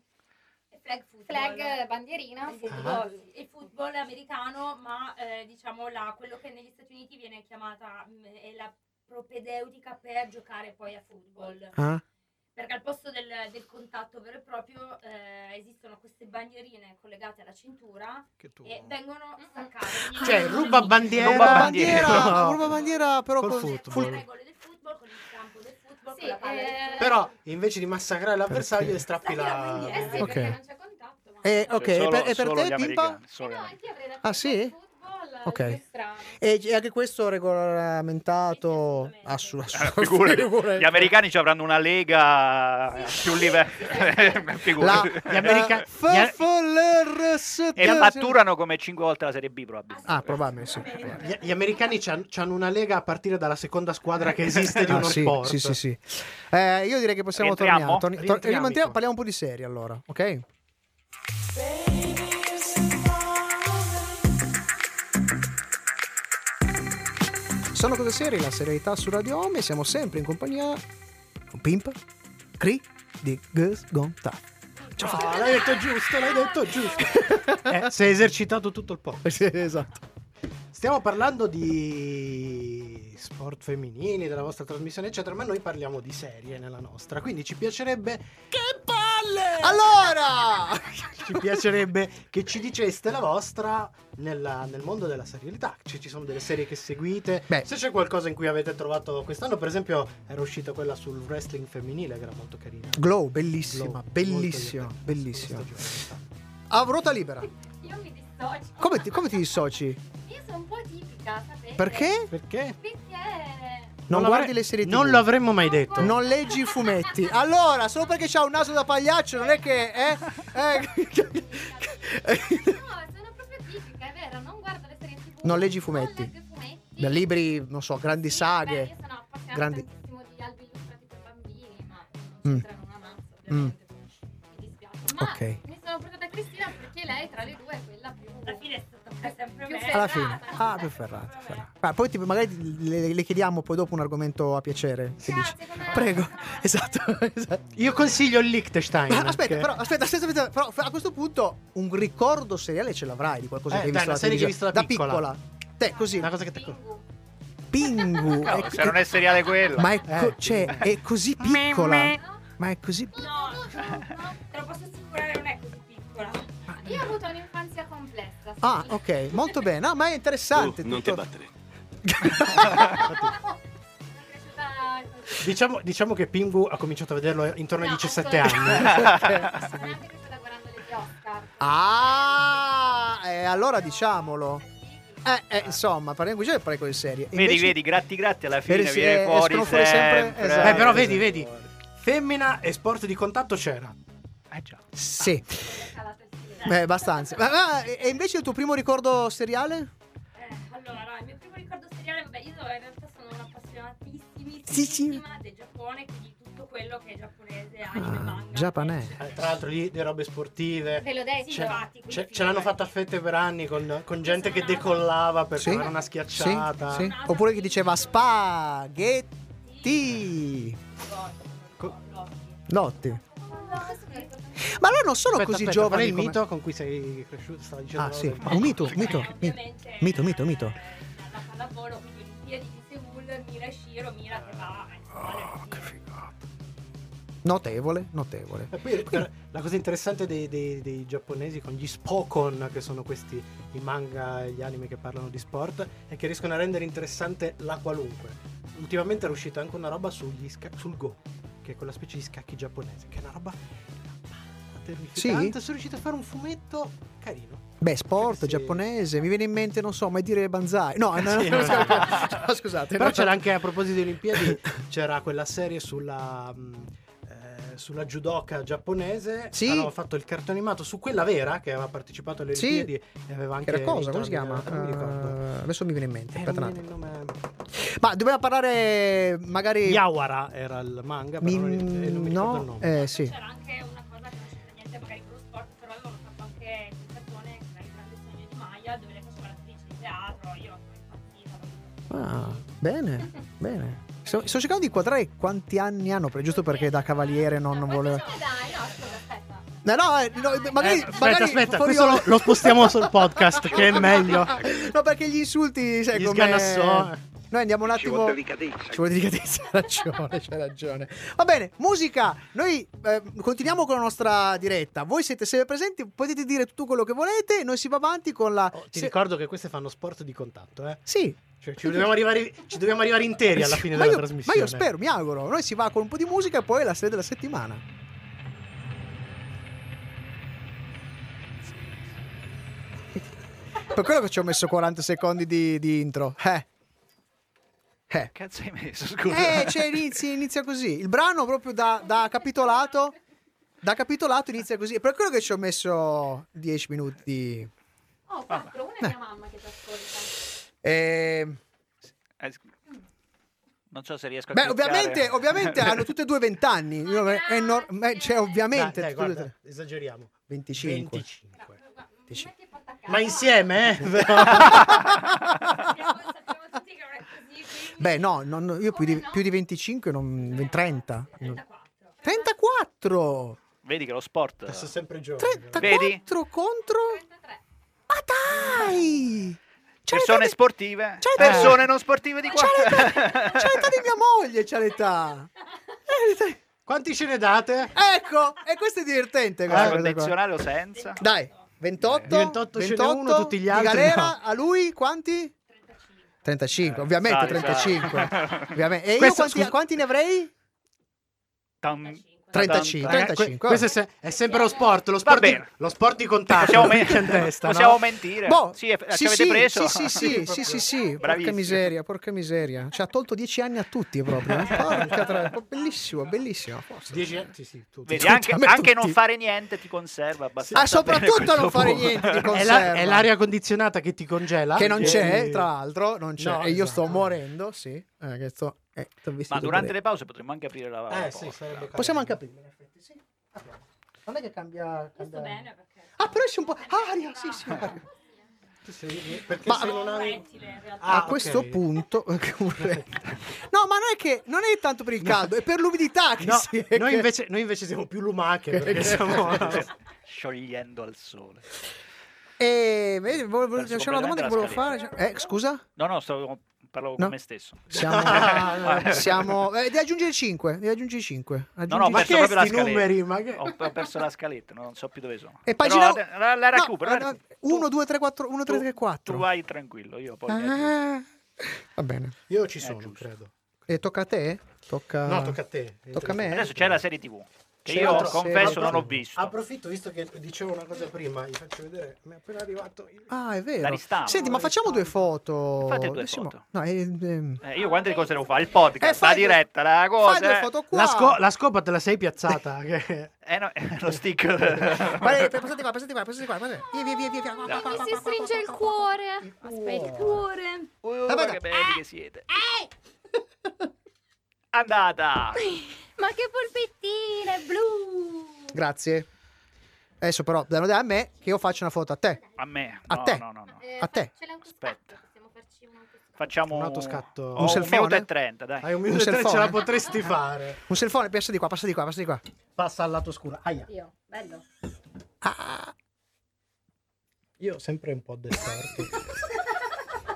S4: Il flag football.
S10: Flag eh,
S1: Ah.
S10: bandierina,
S4: Il
S10: football.
S4: football,
S2: Ah.
S4: il football americano, ma eh, diciamo la- quello che negli Stati Uniti viene chiamata mh, è la propedeutica per giocare poi a football.
S2: Ah,
S4: Perché al posto del, del contatto vero e proprio eh, esistono queste bandierine collegate alla
S2: eh?
S4: cintura e vengono staccate. Quindi
S1: Cioè, ruba bandiera.
S3: Ruba bandiera.
S2: bandiera, una bandiera però
S1: Col
S2: con
S1: football.
S4: Con le regole del football, con il campo del football,
S10: Sì,
S4: con la palla del
S10: eh,
S4: football.
S1: Però invece di massacrare l'avversario gli strappi
S4: Stacchi la
S1: la...
S4: bandiera.
S10: Eh sì,
S2: Ah. Ok.
S10: perché non c'è contatto. Ma...
S2: Eh, ok, e
S3: Cioè,
S2: per,
S3: solo-
S2: e per
S3: solo gli
S2: te Pimpa?
S3: americani,
S10: Eh
S3: solo gli
S10: no,
S3: americani.
S10: anche io avrei detto
S2: Ah,
S10: il
S2: sì?
S10: football, eh,
S2: Ok.
S10: che strano.
S2: E e anche questo regolamentato
S4: Sì,
S2: assu-
S4: assolutamente.
S3: Eh,
S2: assu-
S3: figurati.
S2: figurati.
S3: Gli americani ci avranno una lega
S4: Sì.
S3: più livello.
S2: la,
S3: figurati.
S1: Gli americani-
S2: eh, FFLRS.
S3: E fatturano come 5 volte la Serie B, probabilmente.
S2: Ah, probabilmente sì.
S1: Gli, gli americani c'han- c'hanno una lega a partire dalla seconda squadra che esiste di
S2: Ah,
S1: uno
S2: sì,
S1: sport.
S2: sì, sì, sì. Eh, io direi che possiamo
S3: Rientriamo?
S2: tornare. Torni- tor-
S1: Rientriamo.
S2: rimantiamo- parliamo un po' di serie allora, ok? Sono cose serie, la serialità su Radio Home e siamo sempre in compagnia con Pimp, Cri di Gus Gonta.
S1: Ah, l'hai detto giusto, l'hai detto giusto. Eh, si è esercitato tutto il po'.
S2: esatto.
S1: Stiamo parlando di sport femminili, della vostra trasmissione, eccetera, ma noi parliamo di serie nella nostra. Quindi ci piacerebbe,
S2: Allora!
S1: ci piacerebbe che ci diceste la vostra nella- nel mondo della serialità. Ci, ci sono delle serie che seguite.
S2: Beh.
S1: Se c'è qualcosa in cui avete trovato quest'anno, per esempio, era uscita quella sul wrestling femminile, che era molto carina.
S2: Glow, bellissima,
S1: Glow,
S2: bellissima,
S1: molto carina.
S2: bellissima.
S1: Seconda stagione, in realtà.
S2: A ruota libera.
S10: Io mi dissocio.
S2: Come ti, come ti dissoci?
S10: Io sono un po' tipica, sapete?
S2: Perché?
S1: Perché?
S10: Perché...
S2: Non,
S1: l'avre-
S2: guardi le serie TV.
S1: Non lo avremmo mai detto.
S2: Non leggi i fumetti. Allora, solo perché c'ha un naso da pagliaccio, non è che. Eh, eh.
S10: No, sono proprio tipica, è vero, non guardo le serie TV.
S2: Non leggi i fumetti.
S10: Non leggo i fumetti.
S2: Da libri, non so, grandi
S10: Sì, beh,
S2: saghe.
S10: io sono appassionata
S2: grandi-
S10: tantissimo di albi illustrati per bambini,
S2: Mm.
S10: ma non c'entrano una mazza, ovviamente. Mi dispiace. Ma
S2: Ok.
S10: mi sono portata Cristina perché lei tra le due è quella più.
S4: alla fine è stata sempre
S10: Più
S4: me.
S10: ferrata.
S2: Alla fine. Ah, per Ferrata. Ferrata. Ma poi tipo, magari le, le chiediamo poi dopo un argomento a piacere. Che dici?
S10: Grazie, come
S2: Prego. Esatto, esatto.
S1: Io consiglio il Liechtenstein.
S10: Certo.
S2: Ma Eh, aspetta,
S1: che-
S2: però, aspetta, aspetta, aspetta, però a questo punto un ricordo seriale ce l'avrai di qualcosa
S1: Eh,
S2: che hai
S1: dai,
S2: visto
S1: una
S2: alla
S1: serie che hai
S2: televisione.
S1: visto da
S2: da piccola. Te, Eh, così,
S1: Una cosa che ti
S10: Pingu.
S2: Pingu.
S3: No,
S2: È-
S3: se non è seriale quella.
S2: Eh, Ma è, co-
S1: Eh.
S2: cioè, è così piccola. Ma è così.
S4: No, te lo posso assicurare, non è così piccola.
S10: Io ho avuto un'infanzia complessa. sì.
S2: Ah, ok, molto bene. Ah, ma è interessante. tutto.
S5: battere.
S10: Sono cresciuta così.
S1: Diciamo, diciamo che Pingu ha cominciato a vederlo intorno ai
S10: No,
S1: 17 anni.
S10: assolutamente. Sono anche cresciuta guardando le di Oscar.
S2: ah, eh, allora diciamolo.
S10: Sì.
S2: Eh, eh, insomma, parliamo qui, cioè parliamo di serie.
S3: Vedi,
S2: Invece-
S3: vedi, gratti gratti alla fine
S2: Eh, sì,
S3: viene
S2: eh,
S3: fuori
S2: escono
S3: sempre.
S2: fuori sempre- esatto.
S1: Eh, però vedi, vedi. Femmina e sport di contatto c'era.
S3: Eh già.
S2: Sì,
S10: Ho calato il silenzio.
S2: beh, abbastanza. Ma, ma, e e invece il tuo primo ricordo seriale?
S4: Eh, allora, il mio primo ricordo seriale, vabbè, io in realtà sono un'appassionatissima
S2: Sì, sì.
S4: del Giappone, quindi tutto quello che è giapponese, anime, manga.
S2: Ah, Giapponese.
S1: Eh, Tra l'altro lì le robe sportive.
S10: Ve l'ho detto.
S1: C'è-
S4: infatti, quindi
S1: c'è- ce
S4: figurati.
S1: l'hanno fatta a fette per anni con, con gente che
S4: Sono nata-
S1: decollava per
S2: Sì.
S1: fare una
S2: Sì,
S1: schiacciata.
S2: sì. Oppure che diceva spaghetti.
S1: Co-
S2: Lotti.
S4: No, questo mi ricordo.
S2: Ma loro non sono
S1: Aspetta,
S2: così
S1: aspetta, qual
S2: giovani.
S1: è il
S2: come-
S1: mito Cioè, con cui sei cresciuto? Stavo dicendo
S2: Ah,
S1: una
S2: sì.
S1: roba-
S2: Un mito, mito,
S4: Eh, ovviamente,
S2: mito, mito, mito.
S4: eh, La pallavolo, quindi Olimpiadi di Seoul, Mira Shiro, Mira che va insomma,
S6: Oh, che figata.
S2: Notevole, notevole.
S1: E Eh, poi, per- la cosa interessante dei, dei- dei giapponesi con gli spokon, che sono questi i manga e gli anime che parlano di sport, è che riescono a rendere interessante la qualunque. Ultimamente era uscita anche una roba sugli sca- sul Go, che è quella specie di scacchi giapponese, che è una roba terrificante. Sono riuscito a fare un fumetto carino.
S2: Beh, sport
S1: Sì.
S2: giapponese, mi viene in mente, non so, mai dire banzai. No, no,
S1: Sì,
S2: no,
S1: vabbè.
S2: no, scusate.
S1: Però
S2: no.
S1: c'era anche a proposito di Olimpiadi, c'era quella serie sulla. mh, eh, sulla judoka giapponese
S2: Sì.
S1: avevano fatto il cartone animato su quella vera che aveva partecipato alle
S2: Sì.
S1: Olimpiadi e aveva
S2: Che
S1: anche
S2: era cosa? Come si
S1: entrambi-
S2: chiama?
S1: eh, non mi ricordo
S2: Eh, adesso mi viene in mente.
S1: Eh,
S2: aspetta
S1: non
S2: un
S1: mi viene il nome.
S2: attimo. Ma dobbiamo parlare magari...
S1: Yawara era il manga però
S2: Mi-
S1: non, eh, non mi ricordo il
S2: no,
S1: nome
S2: eh, sì.
S4: C'era anche una cosa che non c'entra niente magari con lo sport, però avevano fatto anche il cartone che era il grande sogno di Maya, dove lei faceva l'attrice di teatro, io ero impazzita.
S2: Ah, bene, bene. Sto, sto cercando di inquadrare quanti anni hanno, per- giusto perché da cavaliere non, non voleva...
S10: Ma dai, no, scusa, aspetta.
S2: No, no, eh, no, magari...
S1: Eh, aspetta,
S2: magari
S1: aspetta,
S2: fuori
S1: questo lo,
S2: ora-
S1: lo spostiamo sul podcast che è meglio.
S2: No, perché gli insulti, sai,
S1: Gli eh.
S2: come...
S1: sganassò.
S2: Noi andiamo un attimo...
S5: delicatezza.
S2: Ci vuole delicatezza, hai ragione, c'hai ragione. Va bene, musica. Noi eh, continuiamo con la nostra diretta. Voi siete sempre presenti, potete dire tutto quello che volete. Noi si va avanti con la.
S1: Oh, ti
S2: se-
S1: ricordo che queste fanno sport di contatto, eh.
S2: Sì.
S1: Cioè, ci, dobbiamo arrivare, ci dobbiamo arrivare interi alla fine
S2: ma
S1: della
S2: io,
S1: trasmissione.
S2: Ma io spero, mi auguro. Noi si va con un po' di musica e poi la serie della settimana. per quello che ci ho messo 40 secondi di, di intro. Eh. Eh.
S3: Cazzo hai messo, scusa.
S2: Eh, cioè inizia, inizia così. Il brano proprio da, da capitolato. Da capitolato inizia così. È per quello che ci ho messo 10 minuti. di-
S10: Oh, quattro, una è mia mamma che ti ascolta.
S2: Eh,
S3: Eh, scu- Non so se riesco a
S2: beh,
S3: cliccare.
S2: ovviamente, ovviamente hanno tutte e due 20 anni. Io- è- è nor- eh, cioè,
S1: Dai,
S2: ovviamente.
S1: dai,
S2: tutte e due-
S1: guarda, esageriamo.
S2: 25.
S1: 25.
S10: Dici.
S1: Ma insieme, eh? Però-
S4: Sappiamo, sappiamo tutti che non è così, quindi...
S2: Beh, no, no, no, io più di,
S10: Come no?
S2: più di mm, 25, non, 30.
S4: 34.
S2: 34!
S3: Vedi che lo sport...
S1: Sono sempre giovane.
S2: 34
S3: Vedi?
S2: contro.
S10: 33.
S2: Ma dai! C'è l'età
S3: persone
S2: di-
S3: sportive,
S2: C'è l'età-
S3: persone non sportive di
S2: Ma
S3: qua.
S2: C'è l'età, c'è l'età di mia moglie, c'è l'età. Eh, l'età-
S1: Quanti ce ne date?
S2: Ecco, e questo è divertente.
S3: Ah,
S2: guarda,
S3: Con
S2: guarda qua.
S3: dizionale o senza?
S2: Dai, 28,
S1: 28, ce n'è uno, tutti gli
S2: di
S1: altri
S2: galera,
S1: no. Eh,
S2: a lui quanti? 35, ovviamente
S3: Sali,
S2: 35.
S3: sali.
S2: Ovviamente. E io
S1: Questo,
S2: quanti,
S1: scusa-
S2: quanti ne avrei?
S3: Tam-
S2: 35,
S3: tam- tam-
S2: 35.
S1: Que- questo è, se- è sempre lo sport, lo sport, di,
S3: bene.
S1: lo sport di contatto.
S3: Possiamo,
S1: non
S3: men-
S1: c'è in testa, no?
S3: possiamo mentire.
S2: Boh,
S3: sì,
S1: eh,
S3: è- ci
S2: sì,
S3: avete
S2: sì,
S3: preso?
S2: Sì, sì, sì, sì, sì, sì, porca
S3: Bravissimo.
S2: miseria, porca miseria. Ci ha tolto 10 anni a tutti proprio. eh. Porca tra... Bellissimo, bellissimo.
S1: Dieci- sì, sì, tutti.
S3: Vedi, anche,
S2: a me
S3: anche
S2: tutti.
S3: non fare niente ti conserva abbastanza.
S2: Ah, soprattutto a non fare niente di
S1: È, la-
S2: conserva.
S1: è l'aria condizionata che ti congela.
S2: che non c'è, eh,
S1: Quindi-
S2: tra l'altro, non c'è.
S1: No,
S2: e io
S1: esatto.
S2: sto morendo, sì. Eh, che sto- eh, t'ho visto
S3: Ma durante
S2: vedere.
S3: le pause potremmo anche aprire la
S1: Eh,
S3: porta.
S1: sì, sarebbe carino.
S2: Possiamo anche aprire, in effetti, sì. Apriamo. Non è che cambia...
S4: Io sto
S2: cambia-
S4: bene
S10: Cioè,
S4: perché...
S2: Ah, però c'è un po'... Aria, sì, sì.
S3: Ah,
S2: aria.
S1: Tu sei- Perché
S2: Ma-
S1: se non
S4: Sono un
S1: hai...
S4: rettile in realtà.
S1: Ah,
S2: a
S1: ok.
S2: questo punto... no, ma non è che... Non è tanto per il caldo, è per l'umidità che
S1: No,
S2: si... è
S1: noi,
S2: che- Eh,
S1: invece, noi invece siamo più lumache perché siamo...
S3: Sciogliendo al sole.
S2: E... Eh, vedi, vo- vo-
S3: Perso
S2: C'era una domanda che volevo
S3: completamente
S2: fare... Eh, scusa?
S3: No, no, stavo, parlavo
S2: No.
S3: con me stesso.
S1: Ah,
S2: Siamo... siamo... eh, devi aggiungere 5, devi aggiungere 5.
S3: No, no, ho
S1: Ma
S3: perso
S1: che
S3: proprio la
S1: sti
S3: scaletta.
S1: numeri, ma che-
S3: Ho, ho perso la scaletta, no, non so più dove sono.
S2: E pagina
S3: Però la, la- la recupero. la recupero.
S2: 1,
S3: Tu-
S2: 2, 3, 4, 1, 3, 3, 4.
S3: Tu vai tranquillo, io poi...
S2: Ah, va bene.
S1: Io ci sono,
S3: giusto.
S1: credo.
S2: E tocca a te? Tocca...
S1: No, tocca a te.
S2: Tocca a me?
S3: Adesso c'è la serie TV, che
S2: C'è
S3: io
S2: la serie-
S3: confesso non ho
S1: visto.
S3: visto.
S1: Approfitto, visto che dicevo una cosa prima, vi faccio vedere. Mi è appena arrivato il...
S2: Ah, è
S3: La
S2: vero.
S3: ristampa.
S2: Senti, ma facciamo due foto.
S3: Fate due
S2: Sì, ma-
S3: foto.
S2: No, ehm, ehm.
S3: Eh, io quante cose devo fare? Il podcast,
S2: Eh, fai
S3: la
S2: due-
S3: diretta, la
S2: Fai
S3: cosa...
S2: due
S3: eh.
S2: foto qua.
S1: La, sco- la scopa te la sei piazzata. che-
S3: Eh no, lo stick.
S2: Guarda, passate qua, passate qua, passate qua. passate. eh, Via, via, via, via. via.
S3: No.
S10: Mi si stringe il cuore. Aspetta, il cuore.
S3: Oh, Uh, che belli che siete. Andata!
S10: Ma che polpettine blu!
S2: Grazie. Adesso però danno da a me che io faccio una foto a te.
S3: A me.
S2: A
S3: no,
S2: te.
S3: No, no, no.
S10: Eh,
S2: A te.
S10: C'è l'autoscatto,
S3: Aspetta.
S10: possiamo farci un autoscatto.
S3: Facciamo
S1: Un autoscatto.
S3: Ho
S1: Un Eh.
S3: Un,
S2: selfone?
S3: minuto e 30, dai.
S1: Hai un
S2: Un
S1: minuto e tre, ce
S2: selfone.
S1: la potresti fare.
S2: Un selfone, passa di qua, passa di qua, passa di qua.
S1: Passa al lato scuro. Aia.
S10: Io, bello.
S2: Ah,
S1: Io sempre un po' desperto.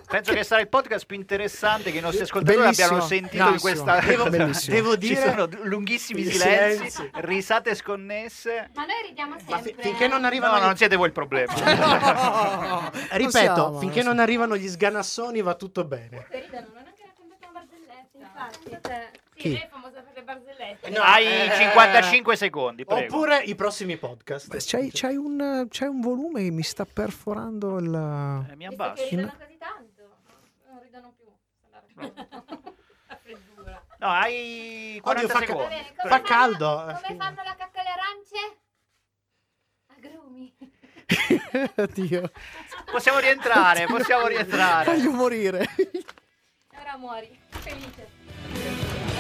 S3: Penso che sarà il podcast più interessante che i nostri ascoltatori
S2: Bellissimo.
S3: abbiano sentito in
S1: Bellissimo.
S3: questa
S1: Devo-
S2: Bellissimo.
S1: devo
S3: Ci
S1: dire
S3: sono lunghissimi
S1: i
S3: silenzi,
S1: silenzi.
S3: risate sconnesse.
S10: Ma noi ridiamo
S1: Ma
S10: sempre. eh.
S1: fi- finché non arrivano
S3: No,
S1: gli-
S3: non siete voi il problema.
S2: No!
S1: Ripeto,
S2: siamo,
S1: finché
S2: non
S1: non arrivano gli sganassoni va tutto bene.
S10: Che ridono, non è che raccontato una barzelletta, infatti.
S4: Sì,
S2: Chi?
S4: lei è famosa per le barzellette.
S1: No,
S3: Hai
S1: eh,
S3: 55 secondi, prego.
S1: Oppure i prossimi podcast.
S2: C'hai, c'hai un, c'hai un volume che mi sta perforando il...
S3: Eh, mi
S10: Visto che
S3: abbasso.
S10: ridono così tanto, non ridono più. La racconto. La freddura.
S3: No, hai 40
S1: Oddio, fa ca-
S10: Va
S3: secondi.
S10: bene,
S1: Fa
S10: come fanno-
S1: caldo.
S10: Come fanno la cacca alle arance? Agrumi.
S3: Eh.
S2: Oddio.
S3: Possiamo rientrare,
S2: Oddio.
S3: possiamo rientrare.
S2: Voglio morire.
S10: Ora muori. Felice.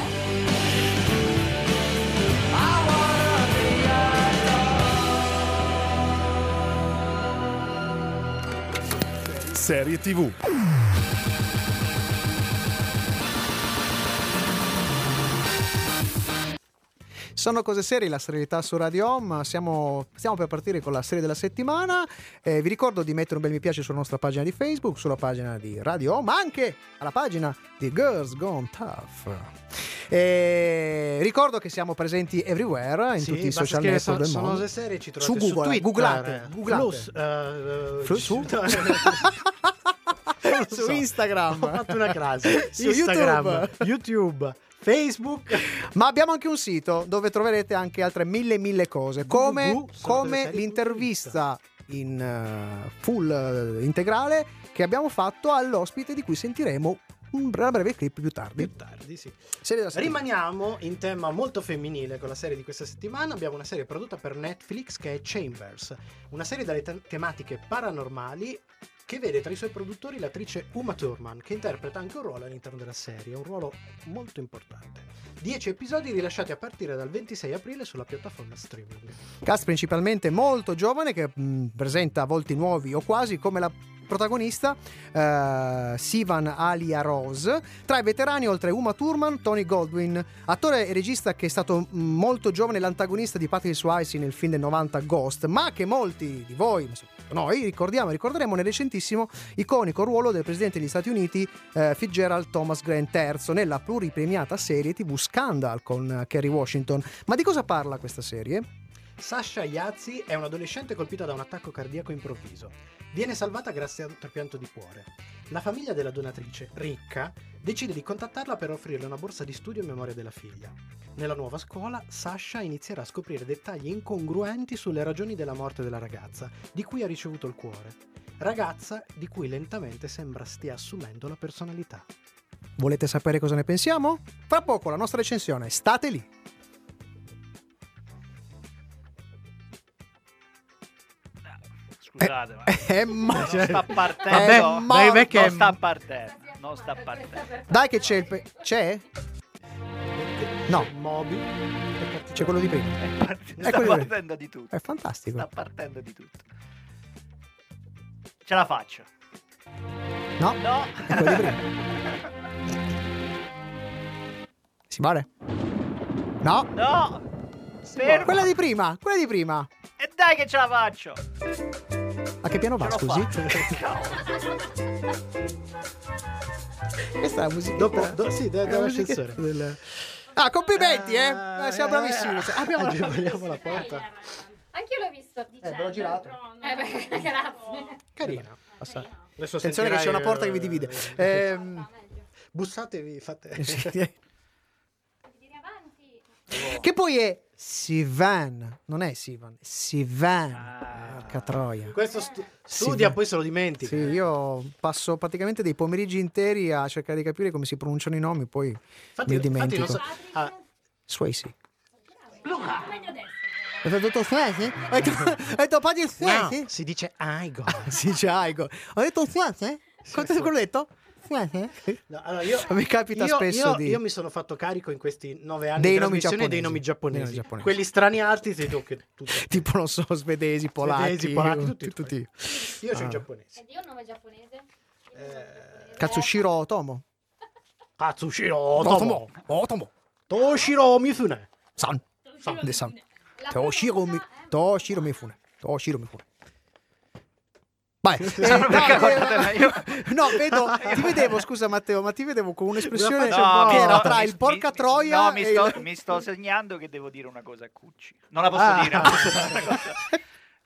S6: Serie TV.
S2: Sono cose serie, la serialità su Radio Home. Siamo, stiamo per partire con la serie della settimana. Eh, vi ricordo di mettere un bel mi piace sulla nostra pagina di Facebook, sulla pagina di Radio Home, ma anche alla pagina di Girls Gone Tough. Eh, ricordo che siamo presenti everywhere Ah, in
S1: Sì,
S2: tutti i
S1: basta
S2: social
S1: scrivere
S2: network del
S1: so- sono
S2: mondo.
S1: cose serie, ci
S2: su
S1: trovate su,
S2: Google,
S1: Twitter.
S2: googlate, googlate.
S1: Plus, eh, eh,
S2: Flu-
S1: ci-
S2: su?
S1: Non lo
S2: su
S1: so.
S2: Instagram.
S1: Ho fatto una crasi.
S2: Su
S1: Instagram,
S2: YouTube.
S1: YouTube, Facebook.
S2: Ma abbiamo anche un sito dove troverete anche altre mille mille cose, come,
S1: www.sonotelevisioni.it.
S2: come l'intervista in eh, full eh, integrale che abbiamo fatto all'ospite di cui sentiremo un- una breve clip più tardi.
S1: Più tardi, sì.
S2: Serie della settimana.
S1: Rimaniamo in tema molto femminile con la serie di questa settimana. Abbiamo una serie prodotta per Netflix che è Chambers, una serie dalle te- tematiche paranormali che vede tra i suoi produttori l'attrice Uma Thurman, che interpreta anche un ruolo all'interno della serie, un ruolo molto importante. Dieci episodi rilasciati a partire dal 26 aprile sulla piattaforma streaming.
S2: Cast principalmente molto giovane che mh, presenta volti nuovi o quasi come la protagonista eh, Sivan Alia Rose tra i veterani oltre Uma Thurman Tony Goldwyn attore e regista che è stato mh, molto giovane l'antagonista di Patrick Swayze nel film del 90 Ghost ma che molti di voi ma soprattutto noi ricordiamo ricorderemo nel recentissimo iconico ruolo del presidente degli Stati Uniti eh, Fitzgerald Thomas Grant III nella pluripremiata serie tv Scandal con eh, Kerry Washington ma di cosa parla questa serie?
S1: Sasha Yazzi è un'adolescente colpita da un attacco cardiaco improvviso. Viene salvata grazie a un trapianto di cuore. La famiglia della donatrice, ricca, decide di contattarla per offrirle una borsa di studio in memoria della figlia. Nella nuova scuola, Sasha inizierà a scoprire dettagli incongruenti sulle ragioni della morte della ragazza, di cui ha ricevuto il cuore. Ragazza di cui lentamente sembra stia assumendo la personalità.
S2: Volete sapere cosa ne pensiamo? Fra poco la nostra recensione, state lì.
S3: Scusate, ma
S2: Eh, ma-
S3: non sta
S2: Vabbè,
S3: partendo.
S2: dai,
S1: vecchi,
S3: cioè, non
S1: è-
S3: sta partendo. Non sta partendo.
S2: Dai che c'è il... pe- c'è? No.
S1: C'è Moby. e
S2: C'è quello di prima.
S3: È part-
S2: Ecco È
S3: Sta
S2: quello-
S3: partendo di tutto.
S2: È fantastico.
S3: Sta partendo di tutto. Ce la faccio.
S2: No?
S3: No.
S2: È quello di prima. Si vale? No.
S3: No.
S1: Fermo.
S2: Quella di prima, quella di prima.
S3: E dai che ce la faccio.
S2: A che piano va,
S3: Ce l'ho
S2: scusi?
S3: fatta.
S2: Questa è la musica.
S1: Dopo- do- sì, da-
S2: è la
S1: dall'ascensore.
S2: musichetta del- Ah, complimenti,
S1: Ah,
S2: eh. Eh, Siamo bravissimi. Abbiamo la-
S1: Agevoliamo la porta.
S10: Anche io l'ho visto.
S2: Eh, ve l'ho girato.
S10: Eh, beh, grazie.
S1: Carina. Adesso
S2: Attenzione che c'è
S1: sentirai,
S2: una porta che vi
S1: eh,
S2: divide.
S1: eh,
S2: Ehm,
S10: Va meglio.
S1: Bussatevi, fate.
S10: Devi dire avanti.
S2: Che poi è Sivan, non è Sivan, è Sivan.
S3: Ah.
S2: Porca troia.
S1: Questo eh. stu-
S2: Sì,
S1: studia,
S2: beh.
S1: poi se lo dimentica.
S2: Sì, io passo praticamente dei pomeriggi interi a cercare di capire come si pronunciano i nomi, poi
S1: Infatti,
S2: me lo
S1: infatti
S2: dimentico.
S1: non so- ah,
S2: Swayze.
S4: Luca. Meglio adesso.
S2: Hai detto Swayze? Hai detto- hai detto Patrick
S1: no,
S2: Swayze? Ah,
S1: si dice Aigo.
S2: Sì, c'è Aigo. Ho detto Swayze? Cosa-
S1: sì.
S2: Quello ho detto?
S1: No, allora io,
S2: Mi capita
S1: io-
S2: spesso
S1: io-
S2: di-
S1: io mi sono fatto carico in questi nove anni
S2: Dei
S1: di
S2: nomi
S1: trasmissione dei
S2: giapponesi.
S1: nomi giapponesi.
S2: Dei nomi giapponesi.
S1: Quelli strani altri sei tu che tu-
S2: tipo non so, svedesi, polacchi,
S1: Svedesi, polacchi, tutti,
S2: tutti.
S1: Io sono
S2: Ah.
S1: giapponese.
S10: Dio un nome giapponese? Io
S2: Eh,
S10: non so giapponese.
S2: Katsushiro Otomo.
S1: Katsushiro Otomo.
S2: Otomo.
S1: Toshiro Mifune.
S2: San.
S10: Toshiro
S2: San de San.
S10: Mifune.
S4: Ah,
S10: La
S2: Toshiro, mi...
S10: pronuncia è
S4: eh?
S10: molto
S2: Toshiro
S10: buona.
S2: Mifune. Toshiro Mifune. Vai. Eh,
S3: No, perché
S2: no,
S3: guardate
S2: eh,
S3: me, io-
S2: no, vedo, ti vedevo, scusa Matteo, ma ti vedevo con un'espressione
S3: No,
S2: che
S3: mi
S2: era
S3: sto-
S2: tra
S3: mi-
S2: il porca
S3: mi-
S2: troia
S3: no, mi
S2: e
S3: sto,
S2: il-
S3: mi sto segnando che devo dire una cosa a Cucci. Non la posso
S1: Ah.
S3: dire. non posso dire una cosa.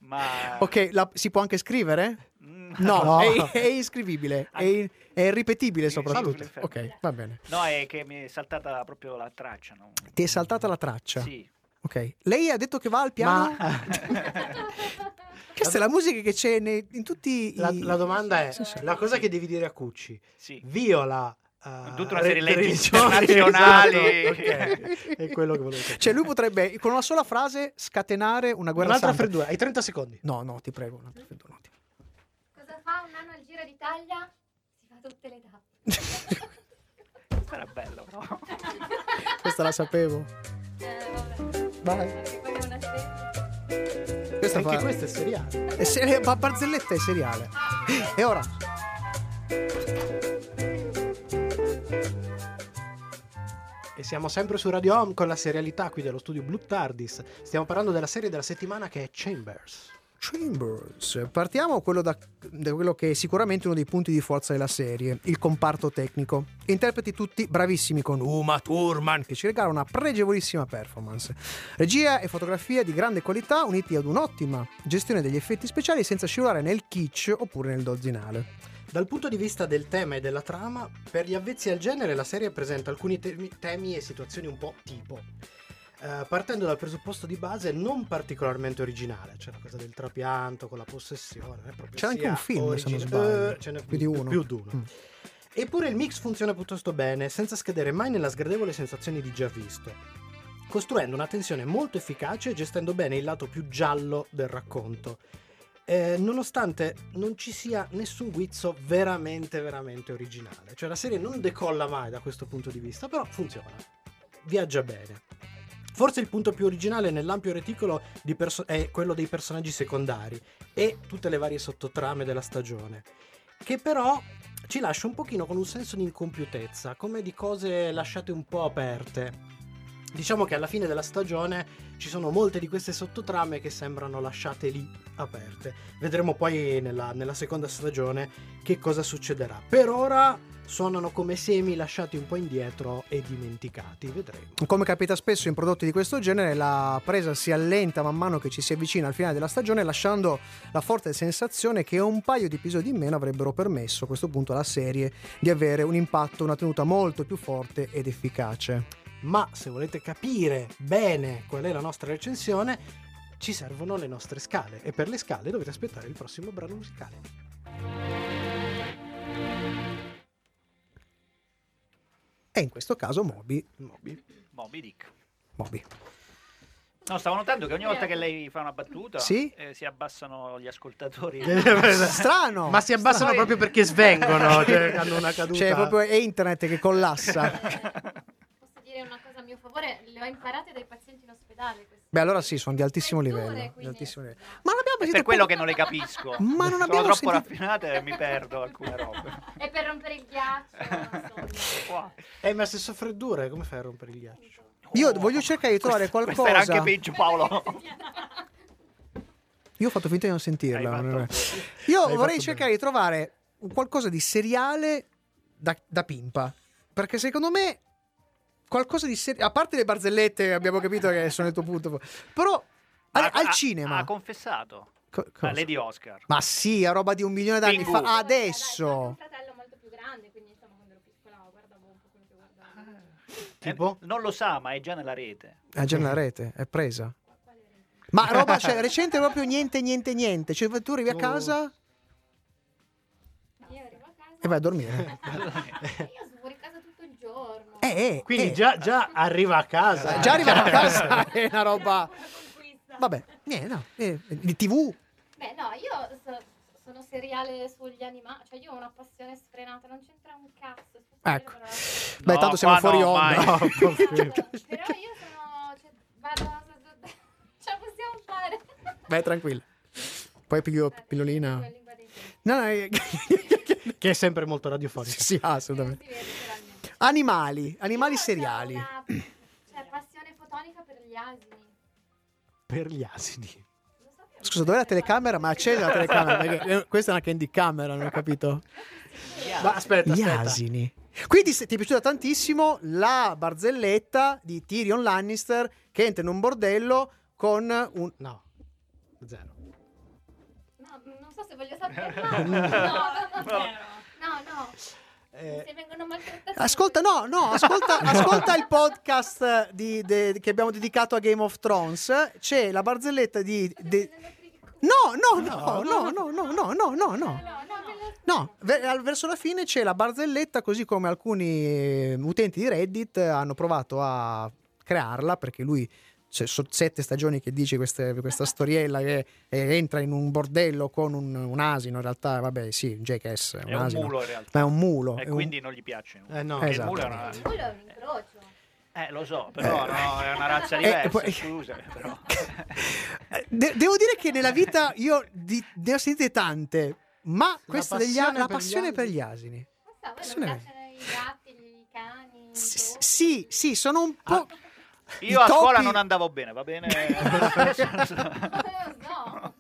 S3: Ma
S2: Ok, la- si può anche scrivere?
S3: Mm,
S2: No,
S1: No.
S2: È, è iscrivibile, è, è irripetibile
S3: Sì,
S2: soprattutto.
S3: salute.
S2: Ok, va bene.
S3: No, è che mi è saltata proprio la traccia. no?
S2: Ti è saltata la traccia.
S3: Sì.
S2: Ok. Lei ha detto che va al piano?
S1: Ma
S2: Questa è la musica che c'è nei- in tutti
S1: la,
S2: i...
S1: la domanda è:
S4: Sì, sì.
S1: la cosa che devi dire a Cucci
S3: Sì.
S1: viola eh,
S3: Tutta una serie di leggi
S1: religioni,
S3: internazionali.
S1: esatto, ok. È quello che volevo dire.
S2: Cioè lui potrebbe con una sola frase scatenare una guerra
S1: Un'altra
S2: santa.
S1: freddura, hai 30 secondi.
S2: No, no, ti prego, un'altra freddura, no, ti prego.
S10: Cosa fa un anno al Giro d'Italia? Si fa tutte le tappe.
S3: Questo era bello, no?
S2: Questa la sapevo.
S10: Eh, vabbè.
S2: Vai.
S10: Perché poi è una serie.
S2: Questa
S1: Anche
S2: fa-
S1: questo è seriale.
S2: è seria- ma eh, barzelletta è seriale. E ora?
S1: E siamo sempre su Radio Home con la serialità qui dello studio Blue Tardis. Stiamo parlando della serie della settimana che è Chambers.
S2: Chambers. Partiamo quello da, da quello che è sicuramente uno dei punti di forza della serie, il comparto tecnico. Interpreti tutti bravissimi con Uma Thurman che ci regala una pregevolissima performance. Regia e fotografia di grande qualità uniti ad un'ottima gestione degli effetti speciali senza scivolare nel kitsch oppure nel dozzinale.
S1: Dal punto di vista del tema e della trama, per gli avvezzi al genere la serie presenta alcuni temi, temi e situazioni un po' tipo. Eh, partendo dal presupposto di base non particolarmente originale, c'è la cosa del trapianto con la possessione. non è proprio
S2: C'era anche
S1: sia
S2: un film, se non
S1: origine-
S2: sbaglio.
S1: Eh, ce n'è
S2: Più di uno.
S1: Più di uno.
S2: Mm.
S1: Eppure il mix funziona piuttosto bene, senza scadere mai nella sgradevole sensazione di già visto, costruendo una tensione molto efficace e gestendo bene il lato più giallo del racconto. Eh, nonostante non ci sia nessun guizzo veramente, veramente originale. Cioè la serie non decolla mai da questo punto di vista, però funziona. Viaggia bene. Forse il punto più originale nell'ampio reticolo di perso- è quello dei personaggi secondari e tutte le varie sottotrame della stagione, che però ci lascia un pochino con un senso di incompiutezza, come di cose lasciate un po' aperte. Diciamo che alla fine della stagione ci sono molte di queste sottotrame che sembrano lasciate lì aperte. Vedremo poi nella, nella seconda stagione che cosa succederà. Per ora suonano come semi lasciati un po' indietro e dimenticati, vedremo.
S2: Come capita spesso in prodotti di questo genere, la presa si allenta man mano che ci si avvicina al finale della stagione, lasciando la forte sensazione che un paio di episodi in meno avrebbero permesso a questo punto alla serie di avere un impatto, una tenuta molto più forte ed efficace.
S1: ma se volete capire bene qual è la nostra recensione, ci servono le nostre scale e per le scale dovete aspettare il prossimo brano musicale.
S2: E in questo caso Moby.
S1: Moby.
S3: Moby Dick.
S2: Moby.
S3: No, stavo notando che ogni volta che lei fa una battuta
S2: Sì?
S3: eh, si abbassano gli ascoltatori.
S2: Strano!
S1: ma si abbassano
S3: Strano.
S1: proprio perché svengono, cioè hanno una caduta.
S2: Cioè, proprio è internet che collassa.
S10: Posso dire una cosa a mio favore? Le ho imparate dai pazienti in ospedale. queste.
S2: Beh, allora sì, sono di altissimo
S10: Letture,
S2: livello. Di
S10: quindi.
S2: altissimo livello. Ma l'abbiamo
S3: È
S2: sentito
S3: per quello
S2: poco-
S3: che non le capisco.
S2: Ma non
S3: Sono
S2: abbiamo
S3: troppo
S2: sentito-
S3: raffinate e mi perdo alcune robe.
S10: È per rompere il ghiaccio, insomma.
S3: Wow.
S1: Eh, ma se soffreddure, come fai a rompere il ghiaccio?
S2: Io voglio cercare di trovare
S3: Questo-
S2: qualcosa.
S3: Questo era anche peggio, Paolo.
S2: Io ho fatto finta di non sentirla.
S3: Hai
S2: non è-
S3: fatto-
S2: Io
S1: Hai
S2: vorrei
S1: fatto
S2: cercare di trovare un qualcosa di seriale da, da pimpa. Perché secondo me qualcosa di seriale. A parte le barzellette, abbiamo capito che sono il tuo punto. Però al,
S3: Ha-
S2: al
S3: ha-
S2: cinema.
S3: Ha confessato.
S2: Co-
S3: A
S2: cosa?
S3: Lady Oscar.
S2: Ma sì, a roba di un milione d'anni
S3: Pingu.
S2: fa.
S10: Vabbè, dai, c'ho anche un
S2: Adesso.
S10: fratello molto più grande, quindi insomma quando ero piccola guardavo un po' quello che guardavo.
S1: Tipo?
S3: Eh, non lo sa, ma è già nella rete.
S2: È già nella rete, è presa. Ma roba cioè, recente proprio niente, niente, niente. Cioè, tu arrivi a
S1: Oh.
S2: casa
S10: Io arrivo a casa
S2: e vai a dormire.
S10: Ah, io sono fuori casa tutto il giorno.
S2: Eh, eh,
S1: Quindi
S2: eh.
S1: già, già arriva a casa.
S2: Eh, già arriva a
S1: Cioè,
S2: casa è una roba.
S10: Conquista.
S2: Vabbè, niente, no. eh, di TV.
S10: Beh, no, io so- sono seriale sugli animali, cioè io ho una passione sfrenata, non c'entra un cazzo. scusate,
S2: Ecco.
S10: però-
S2: Beh,
S3: No,
S2: tanto siamo
S3: qua
S2: fuori
S3: no,
S2: onda.
S3: mai.
S2: No,
S10: No,
S2: proprio.
S10: però io sono, cioè, vado, ce la possiamo fare.
S2: Vai tranquillo. Poi piglio
S10: Scusate,
S2: pillolina.
S10: con la lingua dei denti.
S2: No, no, eh,
S1: Che è sempre molto radiofonico.
S2: sì, sì, assolutamente.
S10: Non si vede, però, niente.
S2: Animali, animali
S10: Io ho
S2: seriali.
S10: una, cioè, passione fotonica per gli asini.
S1: Per gli asini.
S10: Lo sapevo.
S2: Scusa, dov'è la telecamera? Ma accende la telecamera. perché, eh, questa è una candy camera, non ho capito.
S1: Ma aspetta,
S2: Gli
S1: aspetta.
S2: asini. Quindi se ti è piaciuta tantissimo la barzelletta di Tyrion Lannister che entra in un bordello con un...
S1: No. Zero.
S10: No, non so se voglio saperla. No, no, no, no, no.
S1: Eh,
S10: Se vengono maltrattati.
S2: Ascolta, no, no, ascolta, ascolta il podcast di- de- che abbiamo dedicato a Game of Thrones. C'è la barzelletta di... de- No, no, no, no, no, no, no, no, no, no.
S10: No, no, no.
S2: No, ve- al- verso la fine c'è la barzelletta, così come alcuni eh, utenti di Reddit eh, hanno provato a crearla, perché lui c'è so- sette stagioni che dice queste- questa storiella che eh, entra in un bordello con un, un asino, in realtà, vabbè, sì, Jackass è un
S3: È un
S2: asino.
S3: mulo in realtà.
S2: Ma è un mulo. è
S3: E
S2: un-
S3: quindi non gli piacciono.
S1: eh, no.
S3: Perché
S2: Esatto.
S3: il mulo è una...
S10: Quello è un incrocio.
S3: Eh, lo so, però
S2: Eh.
S3: no, è una razza
S2: Eh,
S3: diversa,
S2: poi-
S3: scusa, però.
S2: Eh, de- devo dire che nella vita io di- ne ho sentite tante, ma questa degli a-
S1: passione per
S2: la
S1: gli
S2: passione
S1: asini.
S2: per gli asini.
S10: Non so, voi
S2: Sì,
S10: non
S2: no.
S10: piacciono i gatti, i cani. i
S2: S- s-
S10: topi?
S2: Sì, sì, sono un po'...
S1: Ah,
S2: I
S3: Io a scuola
S2: topi-
S3: non andavo bene, va bene?
S10: No.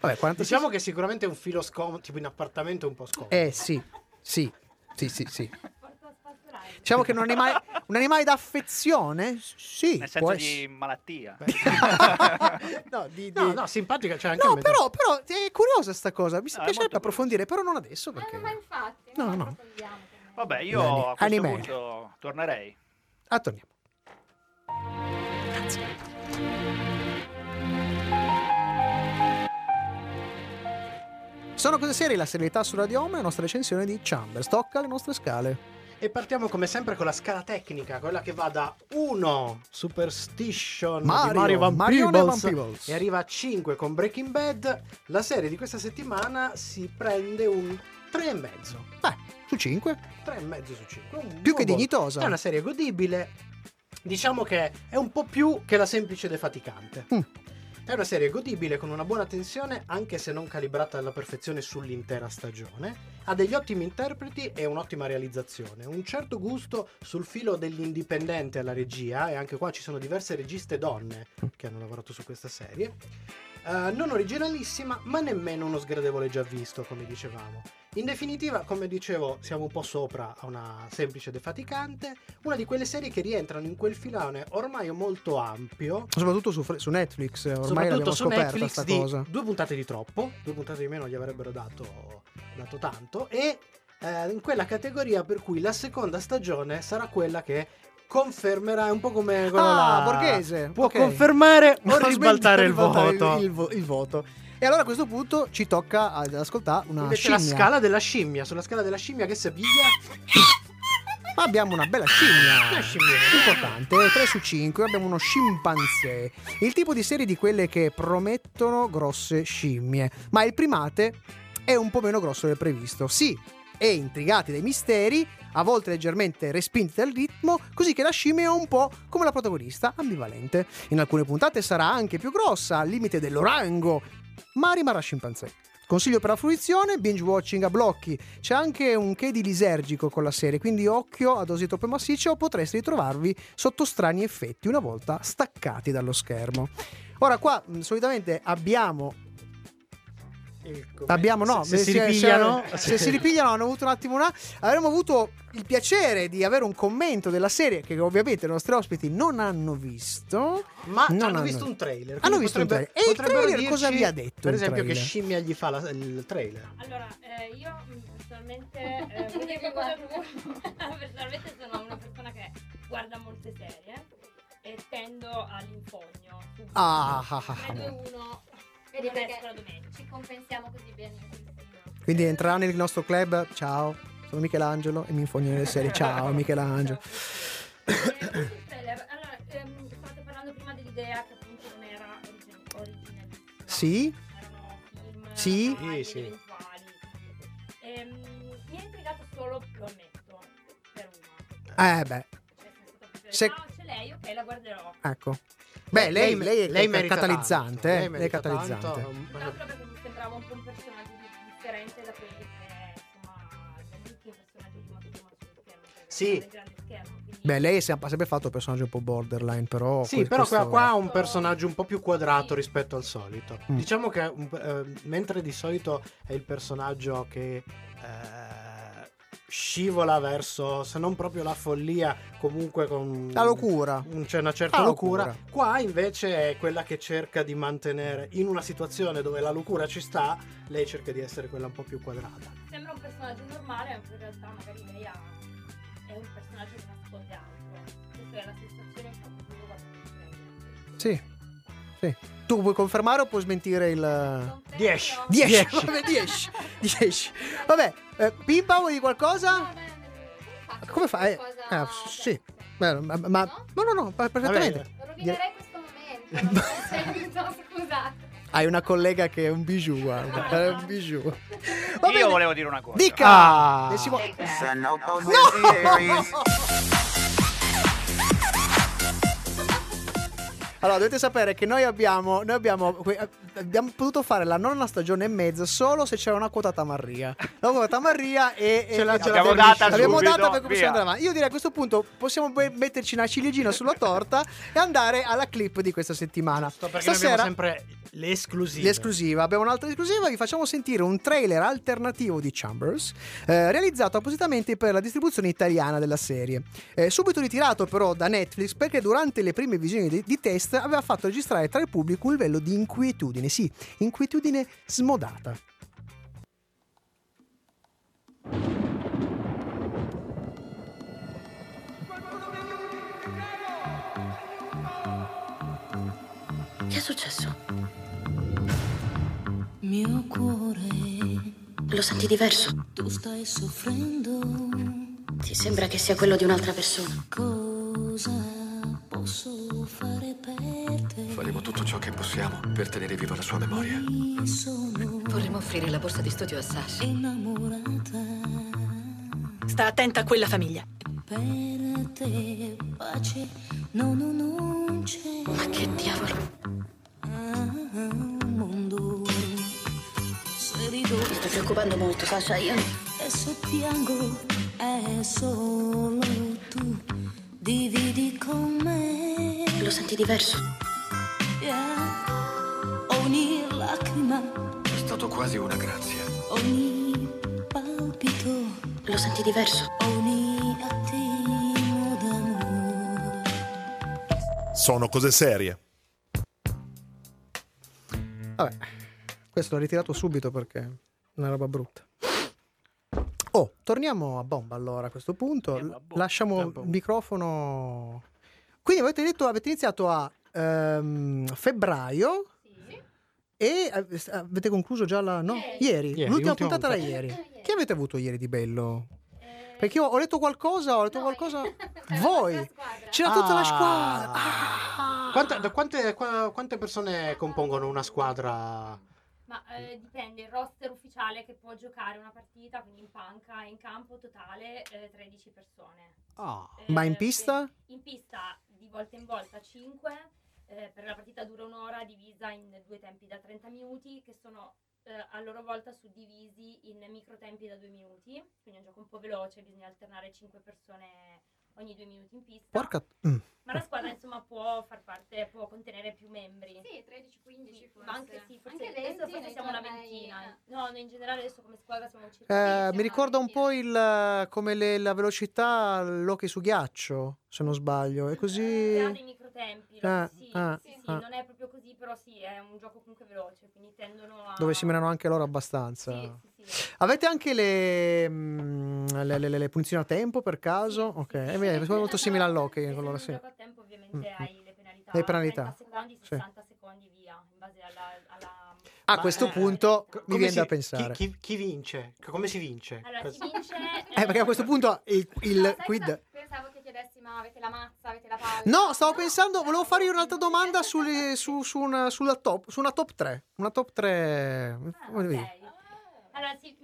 S2: Vabbè, 46
S1: Diciamo che sicuramente è un filo scomodo, tipo in appartamento è un po' scomodo.
S2: Eh sì, sì, sì, sì, sì.
S10: Porto a spasturare.
S2: Diciamo che un animale, un animale d'affezione? Sì,
S3: Nel
S2: può
S3: senso di
S2: essere.
S3: malattia.
S2: no, di- di-
S1: No, no, simpatica, cioè anche a
S2: No,
S1: me-
S2: però, però è curiosa sta cosa, mi
S3: No, è
S2: piacerebbe
S3: Ah, molto
S2: approfondire, però non adesso
S10: Ah,
S2: perché...
S10: no, ma infatti.
S2: No,
S10: No,
S2: no.
S10: no.
S3: Vabbè, io
S2: Ani-
S3: a questo
S2: anime.
S3: punto tornerei.
S2: Ah, torniamo. Sono cose serie, la serietà su Radio Home e la nostra recensione di Chamber. Stocca le nostre scale.
S1: E partiamo come sempre con la scala tecnica, quella che va da 1 Superstition di Mario Van
S2: Marione
S1: Peebles,
S2: Van Peebles.
S1: e arriva a 5 con Breaking Bad. La serie di questa settimana si prende un 3,5.
S2: Beh, su 5.
S1: 3,5 su 5.
S2: Più che dignitosa.
S1: È una serie godibile. Diciamo che è un po' più che la semplice defaticante.
S2: Mm.
S1: È una serie godibile con una buona tensione, anche se non calibrata alla perfezione sull'intera stagione. Ha degli ottimi interpreti e un'ottima realizzazione. Un certo gusto sul filo dell'indipendente alla regia, e anche qua ci sono diverse registe donne che hanno lavorato su questa serie. Eh, non originalissima, ma nemmeno uno sgradevole già visto, come dicevamo. In definitiva, come dicevo, siamo un po' sopra a una semplice defaticante, una di quelle serie che rientrano in quel filone ormai molto ampio,
S2: Soprattutto su, su Netflix, ormai
S1: soprattutto
S2: l'abbiamo
S1: su
S2: scoperta
S1: Netflix
S2: sta
S1: di
S2: cosa.
S1: due puntate di troppo, due puntate di meno gli avrebbero dato, dato tanto, e eh, in quella categoria per cui la seconda stagione sarà quella che confermerà, è un po' come quella
S2: Ah,
S1: là,
S2: borghese.
S1: può
S2: ok.
S1: confermare o
S2: Ma smetti di
S1: ribaltare il
S2: ribaltare
S1: voto.
S2: Il, il vo- il voto. E allora a questo punto ci tocca ad ascoltare una
S1: Invece
S2: scimmia.
S1: la scala della scimmia, sulla scala della scimmia che Seviglia
S2: Ma abbiamo una bella scimmia.
S1: Una scimmia.
S2: Importante, 3 su 5, abbiamo uno scimpanzé. Il tipo di serie di quelle che promettono grosse scimmie, ma il primate è un po' meno grosso del previsto. Sì, è intrigati dai misteri, a volte leggermente respinti dal ritmo, così che la scimmia è un po' come la protagonista, ambivalente. In alcune puntate sarà anche più grossa, al limite dell'orango, ma rimarrà scimpanzé. Consiglio per la fruizione, binge watching a blocchi, c'è anche un che di lisergico con la serie, quindi occhio a dosi troppo massicce o potreste ritrovarvi sotto strani effetti una volta staccati dallo schermo. Ora qua mh, solitamente abbiamo...
S1: ecco.
S2: abbiamo no,
S1: se, se si ripigliano
S2: se, si ripigliano hanno avuto un attimo una... Avremmo avuto il piacere di avere un commento della serie che ovviamente i nostri ospiti non hanno visto.
S1: ma
S2: No,
S1: hanno
S2: no,
S1: visto
S2: no.
S1: un trailer
S2: Hanno
S1: quindi
S2: visto un
S1: potrebbe-
S2: trailer. E il
S1: potrebbero
S2: trailer cosa
S1: dirci,
S2: vi ha detto
S1: per
S2: il
S1: esempio che
S2: trailer?
S1: scimmia gli fa la- il trailer
S4: Allora, eh, io mm, personalmente,
S10: Non
S4: eh,
S10: ti
S4: voglio dire qualcosa
S10: riguarda.
S4: tua. personalmente sono una persona che guarda molte serie e tendo all'infogno. subito.
S2: Ah, ah, ah, ah.
S4: 3, 2, 1,
S10: Vedi
S4: non
S10: perché-
S4: esco la domenica.
S10: Ci compensiamo così benissimo.
S2: Quindi entrerà nel nostro club, ciao, sono Michelangelo e mi infogno nelle serie, ciao Michelangelo.
S4: Eh, questo è il trailer. Allora, ehm, stavate parlando prima dell'idea che appunto non era origin- originalissima.
S2: Sì?
S4: Erano film
S2: Sì?
S4: ormai
S1: Sì, sì.
S4: eventuali. Ehm, mi ha intrigato solo, lo ammetto, per una.
S2: Eh, beh,
S4: Cioè, nel senso, perché,
S2: Se-
S4: "Ah, c'è lei, ok, la guarderò.
S2: ecco. Beh, lei, lei,
S1: lei
S2: è
S1: merita
S2: catalizzante.
S1: tanto,
S2: eh,
S1: lei
S2: Lei è
S1: merita
S2: catalizzante.
S1: tanto.
S4: No, proprio perché mi sembrava un po' un personaggio di- differente da quelli che, insomma, da tutti i personaggi di Matsumoto sullo schermo. perché
S1: Sì.
S4: è un grande schermo, quindi-
S2: Beh, lei si è sempre fatto un personaggio un po' borderline, però...
S1: Sì,
S2: que-
S1: però
S2: questo-
S1: qua, qua ha un personaggio un po' più quadrato
S4: Sì.
S1: rispetto al solito.
S2: Mm.
S1: Diciamo che un- eh, mentre di solito è il personaggio che eh, scivola verso, se non proprio la follia, comunque con...
S2: La locura.
S1: un- C'è una certa
S2: La
S1: locura.
S2: locura.
S1: Qua invece è quella che cerca di mantenere in una situazione dove la locura ci sta, lei cerca di essere quella un po' più quadrata.
S4: Sembra un personaggio normale, ma in realtà magari lei ha... è un personaggio che nasconde altro. Questa è la sensazione che ho avuto quando mi sono
S2: Sì. Sì. Tu puoi confermare o puoi smentire il...
S4: Confermo.
S1: Dieci.
S2: 10.
S1: Dieci.
S2: Vabbè, 10. 10. Vabbè, eh, Pimpa vuoi dire qualcosa? Come
S10: Come
S2: fa- eh,
S10: fai?
S2: eh, sì. Beh, ma, ma- ma-
S10: No?
S2: no, no, no, pa- perfettamente.
S10: Rovinerei questo momento. non so se- no, scusate.
S2: Hai una collega che è un bijou, guarda. È un bijou. Va bene.
S3: Io volevo dire una cosa.
S2: Dica!
S1: Ah.
S2: E si vuole-
S5: No!
S2: Allora, dovete sapere che noi abbiamo, noi abbiamo, que- abbiamo potuto fare la nonna stagione e mezza solo se c'era una quota Tamarria. La quota Tamarria e... e-
S1: Ce la- ce la
S3: L'abbiamo
S1: delisci.
S3: data
S2: L'abbiamo
S3: subito,
S2: data per come
S3: via.
S2: possiamo andare avanti. Io direi a questo punto possiamo be- metterci una ciliegina sulla torta e andare alla clip di questa settimana.
S1: Sto perché noi abbiamo sempre le esclusive.
S2: L'esclusiva, abbiamo un'altra esclusiva, vi facciamo sentire un trailer alternativo di Chambers, eh, realizzato appositamente per la distribuzione italiana della serie. Eh, subito ritirato però da Netflix perché durante le prime visioni di, di test aveva fatto registrare tra il pubblico un livello di inquietudine, sì, inquietudine smodata.
S11: Che è successo? Mio cuore. Lo senti diverso? Tu stai soffrendo. Ti sembra che sia quello di un'altra persona. Cosa posso fare per te?
S5: Faremo tutto ciò che possiamo per tenere viva la sua memoria.
S11: Vorremmo offrire la borsa di studio a Sasha. Sta attenta a quella famiglia. Per te pace, no, no, non c'è. Ma che diavolo? mondo Mi sto preoccupando molto, Sasha, io. E se piango è solo tu, dividi con me. Lo senti diverso? Ogni lacrima
S5: È stato quasi una grazia.
S11: Ogni palpito lo senti diverso. Ogni attimo d'amore.
S6: Sono cose serie.
S2: Vabbè, questo l'ho ritirato subito perché è una roba brutta. Oh, torniamo a bomba allora a questo punto.
S3: Torniamo a bomba.
S2: Lasciamo
S1: A
S2: il
S1: bomba.
S2: microfono. Quindi avete detto, avete iniziato a ehm, febbraio
S4: Sì.
S2: e eh, s- avete concluso già la... No,
S10: Ieri.
S2: ieri.
S1: Ieri,
S2: L'ultima
S1: l'ultima
S2: puntata era
S1: puntata.
S2: ieri.
S10: Ieri.
S2: Che avete avuto ieri di bello?
S10: Eh,
S2: Perché io ho letto qualcosa, ho letto
S10: noi.
S2: qualcosa...
S10: C'è la
S2: Voi!
S10: nostra squadra.
S2: C'era tutta
S1: Ah.
S2: la squadra! Ah.
S1: Quanta- da quante, qua- quante persone compongono una squadra?
S4: Ma eh, dipende, il roster ufficiale che può giocare una partita, quindi in panca, in campo totale eh, 13 persone. Eh,
S2: Ma in pista?
S4: In pista di volta in volta 5, per la partita dura un'ora divisa in due tempi da 30 minuti che sono eh, a loro volta suddivisi in microtempi da 2 minuti, quindi è un gioco un po' veloce, bisogna alternare 5 persone ogni 2 minuti in pista.
S2: Porca... mm.
S4: Ma la squadra insomma può far parte, può contenere più membri.
S10: Sì, 13-15 forse.
S4: Ma anche sì, forse,
S10: Anche
S4: adesso
S10: 20
S4: forse
S10: nei
S4: siamo una
S10: tornei,
S4: ventina.
S10: eh.
S4: No, no, in generale adesso come squadra siamo
S2: Eh,
S4: circa...
S10: siamo
S2: mi ricorda un po' il, eh, come le- la velocità l'hockey su ghiaccio, se non sbaglio. È
S4: Eh, ha
S2: così...
S4: dei microtempi,
S2: Ah,
S4: no? sì,
S2: ah,
S4: sì, sì,
S2: ah.
S4: non è proprio così, però sì, è un gioco comunque veloce, quindi tendono a...
S2: Dove si menano anche loro
S4: Sì,
S2: abbastanza.
S4: sì, sì.
S2: Avete anche le, mm, le, le- le- le punizioni a tempo per caso?
S4: Sì,
S2: Ok,
S4: sì, sì.
S2: eh, beh, sono molto simili all'hockey.
S4: Se
S2: allora,
S4: non
S2: sì.
S4: gioco a tempo ovviamente
S2: Mm,
S4: hai le penalità.
S2: Le penalità,
S4: 30 secondi,
S2: sì.
S4: 60 secondi via, in base alla... alla-
S2: A
S1: Ma,
S2: questo
S1: eh,
S2: punto
S4: come
S2: mi
S1: Come
S2: viene
S1: si-
S2: da pensare.
S1: Chi, chi- chi vince? C- Come si vince?
S4: Allora, si
S1: Cosa-
S4: vince...
S2: Eh, perché a questo punto il, il
S10: No, sai
S2: quid...
S10: cosa? Pensavo che chiedessi, ma avete la mazza, avete la palla?
S2: No, stavo pensando, volevo fare io un'altra domanda sulle- su, su una, sulla top, su una top 3. Una top 3...
S4: Ah, ok. Allora, Allora, si,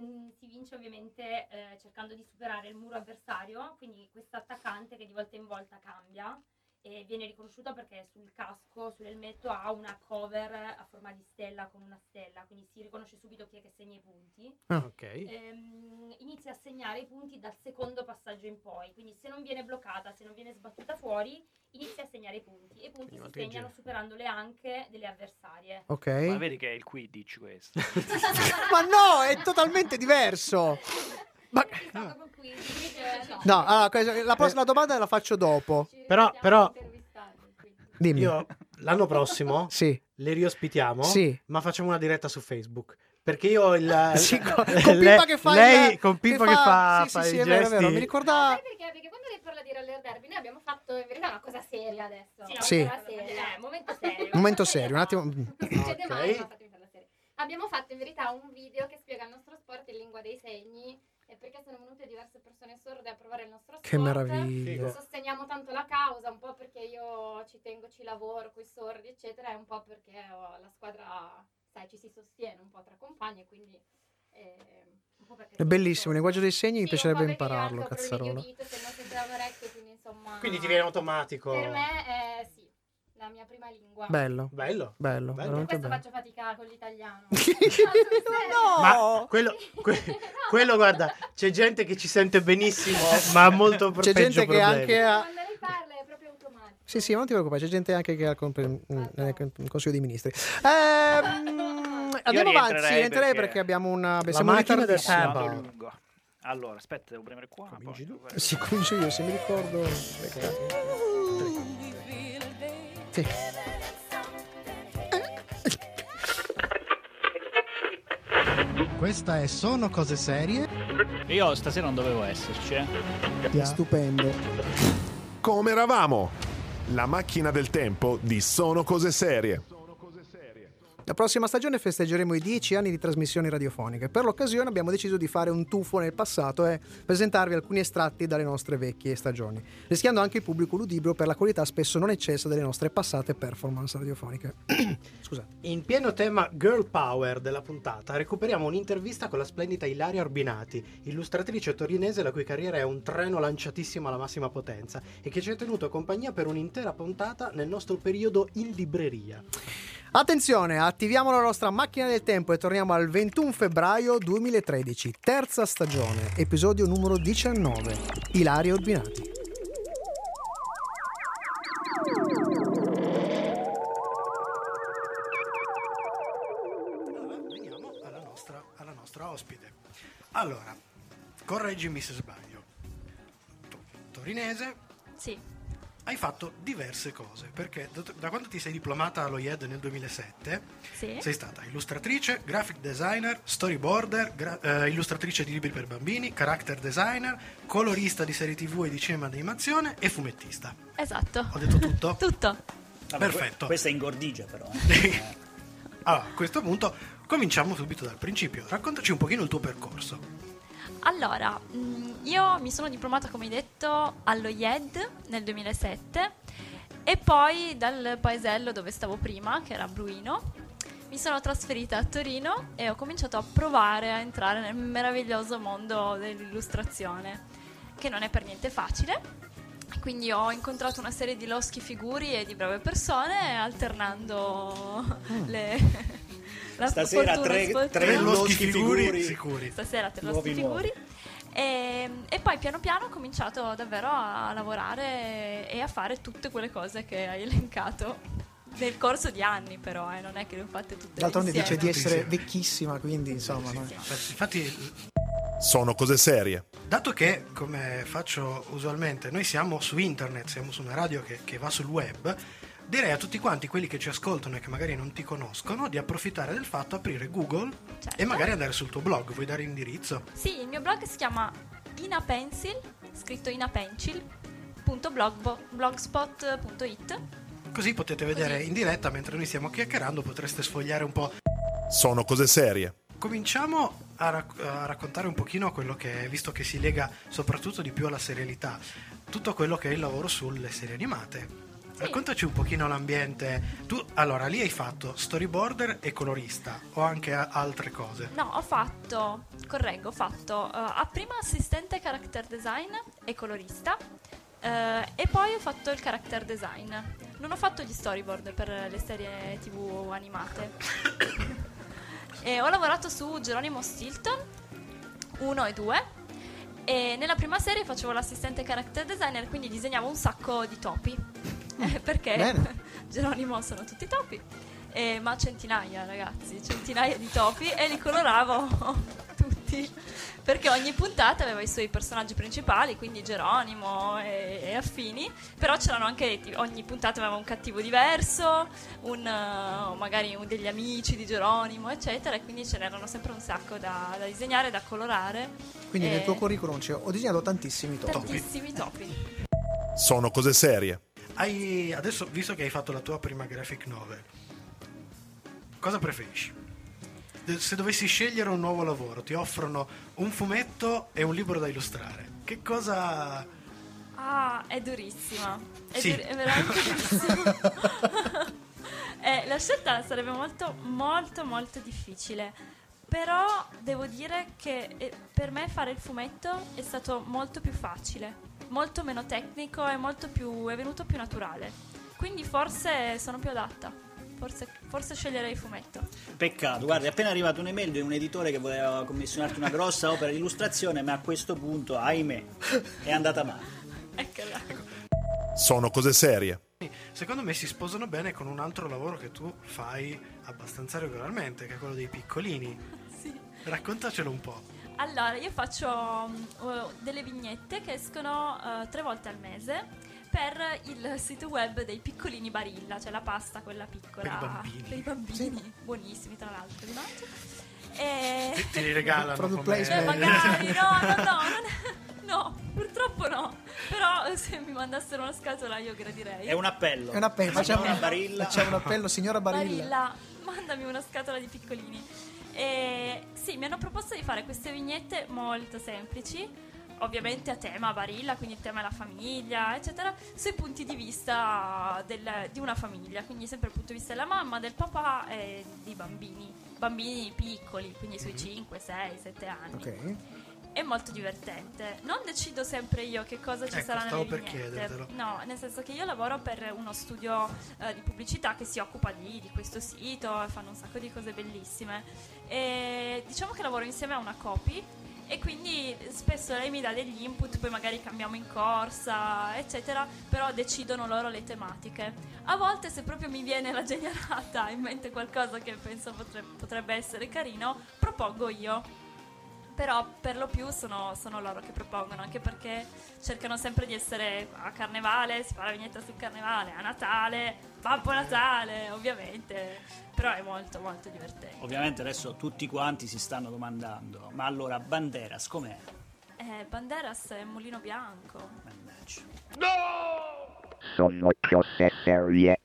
S4: mm, si vince ovviamente eh, cercando di superare il muro avversario, quindi questa attaccante che di volta in volta cambia e viene riconosciuta perché sul casco, sull'elmetto ha una cover a forma di stella con una stella, quindi si riconosce subito chi è che segna i punti.
S1: Ah, ok.
S4: Ehm, inizia a segnare i punti dal secondo passaggio in poi, quindi se non viene bloccata, se non viene sbattuta fuori, inizia a segnare i punti e i punti si
S1: volta in
S4: segnano
S1: giro.
S4: superando le anche delle avversarie.
S2: Ok.
S3: Ma vedi che è il Quidditch questo.
S2: Eh, Ma no, è totalmente diverso. Ma- No, allora, que- la
S1: Eh,
S2: prossima domanda la faccio dopo.
S1: Però, però
S2: Dimmi.
S1: io l'anno prossimo
S2: Sì.
S1: le riospitiamo,
S2: Sì.
S1: ma facciamo una diretta su Facebook. Perché io ho il.
S2: Sì, con, con
S1: le-
S2: Pippa che fa
S1: lei,
S2: il-
S1: con Pippa che fa,
S2: sì,
S1: fa
S2: sì, sì,
S1: i
S2: è vero, è vero,
S1: gesti.
S2: mi ricorda
S10: Sai perché? Perché quando lei parla di roller derby noi abbiamo fatto in verità una cosa seria adesso.
S4: Sì, no,
S2: Sì.
S10: Una cosa seria, eh, momento serio.
S2: un momento serio, un attimo.
S10: Non succede
S1: Ok.
S10: mai, ma fatemi farla seria. Abbiamo fatto in verità un video che spiega il nostro sport in lingua dei segni e perché sono venute diverse persone sorde a provare il nostro sport.
S2: Che meraviglia.
S1: Figo.
S10: Sosteniamo tanto la causa, un po' perché io ci tengo, ci lavoro con i sordi, eccetera, e un po' perché ho la squadra, sai, ci si sostiene un po' tra compagni, quindi... eh, un po' perché
S2: È bellissimo, il linguaggio dei segni mi
S10: Sì, un
S2: piacerebbe
S10: po' perché
S2: impararlo,
S10: io anche ho problemi
S2: cazzarola.
S10: di udito, se non sentivano orecchie, quindi insomma...
S1: Quindi ti viene automatico.
S10: Per me è sì, la mia prima lingua.
S2: Bello,
S1: Bello.
S2: bello,
S1: Bello.
S2: veramente
S10: Questo
S2: bello.
S10: faccio fatica con l'italiano.
S1: Ma quello, que- quello, guarda, c'è gente che ci sente benissimo, ma ha molto pro-
S2: C'è
S1: peggio
S2: gente che
S1: problemi.
S2: anche ha...
S10: Quando lei parla è proprio automatico.
S2: Sì, sì, ma non ti preoccupare, c'è gente anche che ha il compre-
S10: no.
S2: nel nel Consiglio dei Ministri. Ehm, andiamo avanti,
S3: rientrerei
S2: sì, rientrerei perché...
S3: perché-
S2: abbiamo una...
S1: La
S2: siamo in
S1: macchina del
S2: ritardissimo.
S1: tempo.
S3: Vado lungo. Allora, aspetta, devo premere qua. poi-
S2: Sì, comincio io, se mi ricordo... Aspetta. Sì.
S1: Questa è Sono cose serie.
S8: Io stasera non dovevo esserci, eh.
S2: Stupendo.
S6: Come eravamo? La macchina del tempo di Sono cose serie.
S2: La prossima stagione festeggeremo i 10 anni di trasmissioni radiofoniche. Per l'occasione abbiamo deciso di fare un tuffo nel passato e presentarvi alcuni estratti dalle nostre vecchie stagioni, rischiando anche il pubblico ludibrio per la qualità spesso non eccessa delle nostre passate performance radiofoniche. Scusate.
S1: In pieno tema Girl Power della puntata, recuperiamo un'intervista con la splendida Ilaria Orbinati, illustratrice torinese la cui carriera è un treno lanciatissimo alla massima potenza e che ci ha tenuto compagnia per un'intera puntata nel nostro periodo in libreria.
S2: Attenzione, attiviamo la nostra macchina del tempo e torniamo al 21 febbraio 2013, terza stagione, episodio numero 19. Ilario Orbinati.
S1: Allora, veniamo alla nostra, alla nostra ospite. Allora, correggimi se sbaglio. Tu, torinese,
S4: Sì,
S1: hai fatto diverse cose, perché da, da quando ti sei diplomata allo IED nel 2007,
S4: sì.
S1: sei stata illustratrice, graphic designer, storyboarder, gra- eh, illustratrice di libri per bambini, character designer, colorista di serie tv e di cinema di animazione e fumettista.
S12: Esatto.
S1: Ho detto tutto?
S12: Tutto.
S8: Vabbè,
S1: Perfetto.
S8: Ah, que- eh. Questa è ingordigia però.
S3: eh.
S1: Allora, a questo punto cominciamo subito dal principio. Raccontaci un pochino il tuo percorso.
S12: Allora, mh, io mi sono diplomata, come hai detto, allo IED nel 2007 e poi dal paesello dove stavo prima, che era Bruino, mi sono trasferita a Torino e ho cominciato a provare a entrare nel meraviglioso mondo dell'illustrazione, che non è per niente facile. Quindi ho incontrato una serie di loschi figuri e di brave persone alternando le... la
S8: Mm. Stasera
S12: fortuna
S8: tre,
S12: sfortuna.
S8: tre loschi figuri,
S1: sicuri.
S12: Stasera te lo
S8: Nuovi
S12: figuri.
S8: nuovi.
S12: E, e poi piano piano ho cominciato davvero a lavorare e a fare tutte quelle cose che hai elencato nel corso di anni però, eh, non è che le ho fatte tutte
S2: D'altronde dice
S12: insieme.
S2: di essere vecchissima, quindi insomma... no?
S1: Infatti,
S6: Sono cose serie.
S1: Dato che, come faccio usualmente, noi siamo su internet, siamo su una radio che, che va sul web, direi a tutti quanti quelli che ci ascoltano e che magari non ti conoscono di approfittare del fatto, aprire Google e magari andare sul tuo blog. Vuoi dare indirizzo?
S12: Sì, il mio blog si chiama inapencil, scritto inapencil.blogspot.it
S1: Così potete vedere in diretta mentre noi stiamo chiacchierando, potreste sfogliare un po'.
S6: Sono cose serie.
S1: Cominciamo a, rac- a raccontare un pochino quello che è, visto che si lega soprattutto di più alla serialità, tutto quello che è il lavoro sulle serie animate. Raccontaci un pochino l'ambiente. Tu, allora, lì hai fatto storyboarder e colorista, o anche a- altre cose.
S4: No, ho fatto, correggo, ho fatto eh, a prima assistente character design e colorista eh, e poi ho fatto il character design. Non ho fatto gli storyboard per le serie tv animate. E ho lavorato su Geronimo Stilton 1 e 2 e nella prima serie facevo l'assistente character designer, quindi disegnavo un sacco di topi. Eh, perché
S3: bene.
S4: Geronimo sono tutti topi. Eh, ma centinaia, ragazzi, centinaia di topi e li coloravo tutti. Perché ogni puntata aveva i suoi personaggi principali, quindi Geronimo e, e affini, però c'erano anche, ti- ogni puntata aveva un cattivo diverso, un, eh, magari un- degli amici di Geronimo, eccetera, e quindi ce n'erano sempre un sacco da, da disegnare, da colorare.
S2: Quindi
S4: E
S2: nel tuo curriculum c'è- ho disegnato Eh. tantissimi topi.
S4: Tantissimi topi.
S6: Sono cose serie.
S1: Hai, adesso, visto che hai fatto la tua prima graphic novel, cosa preferisci? De- Se dovessi scegliere un nuovo lavoro, ti offrono un fumetto e un libro da illustrare. Che cosa...
S4: Ah, è durissima. È,
S1: Sì.
S4: dur- è veramente durissima. Eh, la scelta sarebbe molto, molto, molto difficile. Però devo dire che eh, per me fare il fumetto è stato molto più facile, molto meno tecnico e molto più, è venuto più naturale. Quindi forse sono più adatta. Forse, forse sceglierei il fumetto.
S3: Peccato, guarda, è appena arrivata un'email di un editore che voleva commissionarti una grossa opera di illustrazione, ma a questo punto, ahimè, è andata male.
S6: Sono cose serie.
S1: Secondo me si sposano bene con un altro lavoro che tu fai abbastanza regolarmente, che è quello dei piccolini.
S4: Sì.
S1: Raccontacelo un po'.
S4: Allora, io faccio mm, eh, delle vignette che escono eh, tre volte al mese per il sito web dei piccolini Barilla, cioè la pasta quella piccola
S1: Per i bambini.
S4: per i bambini, buonissimi tra l'altro, li mangio. E...
S1: Ti li regalano
S2: Product
S1: come-
S2: placement.
S4: Eh, magari, no, no, no, non è- no, purtroppo no. Però eh, se mi mandassero una scatola io gradirei.
S3: È un appello.
S2: È un appello, facciamo,
S3: Facciamo una barilla.
S2: facciamo un appello, signora Barilla.
S4: Barilla, mandami una scatola di piccolini. E, sì, mi hanno proposto di fare queste vignette molto semplici, ovviamente a tema Barilla, quindi il tema è la famiglia, eccetera, sui punti di vista del- di una famiglia, quindi sempre il punto di vista della mamma, del papà e di bambini, bambini piccoli, quindi sui 5, 6, 7 anni.
S2: Mhm. Ok.
S4: È molto divertente. Non decido sempre io che cosa ci
S1: Ecco,
S4: sarà nelle
S1: stavo per
S4: vignette.
S1: chiedertelo.
S4: No, nel senso che io lavoro per uno studio eh, di pubblicità che si occupa di, di questo sito, e fanno un sacco di cose bellissime. E diciamo che lavoro insieme a una copy e quindi spesso lei mi dà degli input, poi magari cambiamo in corsa, eccetera, però decidono loro le tematiche. A volte se proprio mi viene la genialata in mente qualcosa che penso potre- potrebbe essere carino, propongo io. Però per lo più sono, sono loro che propongono, anche perché cercano sempre di essere a carnevale, si fa la vignetta sul carnevale, a Natale, Babbo Natale, ovviamente. Però è molto molto divertente.
S3: Ovviamente adesso tutti quanti si stanno domandando, ma allora Banderas com'è?
S4: Eh, Banderas è Mulino Bianco.
S7: sono cose serie.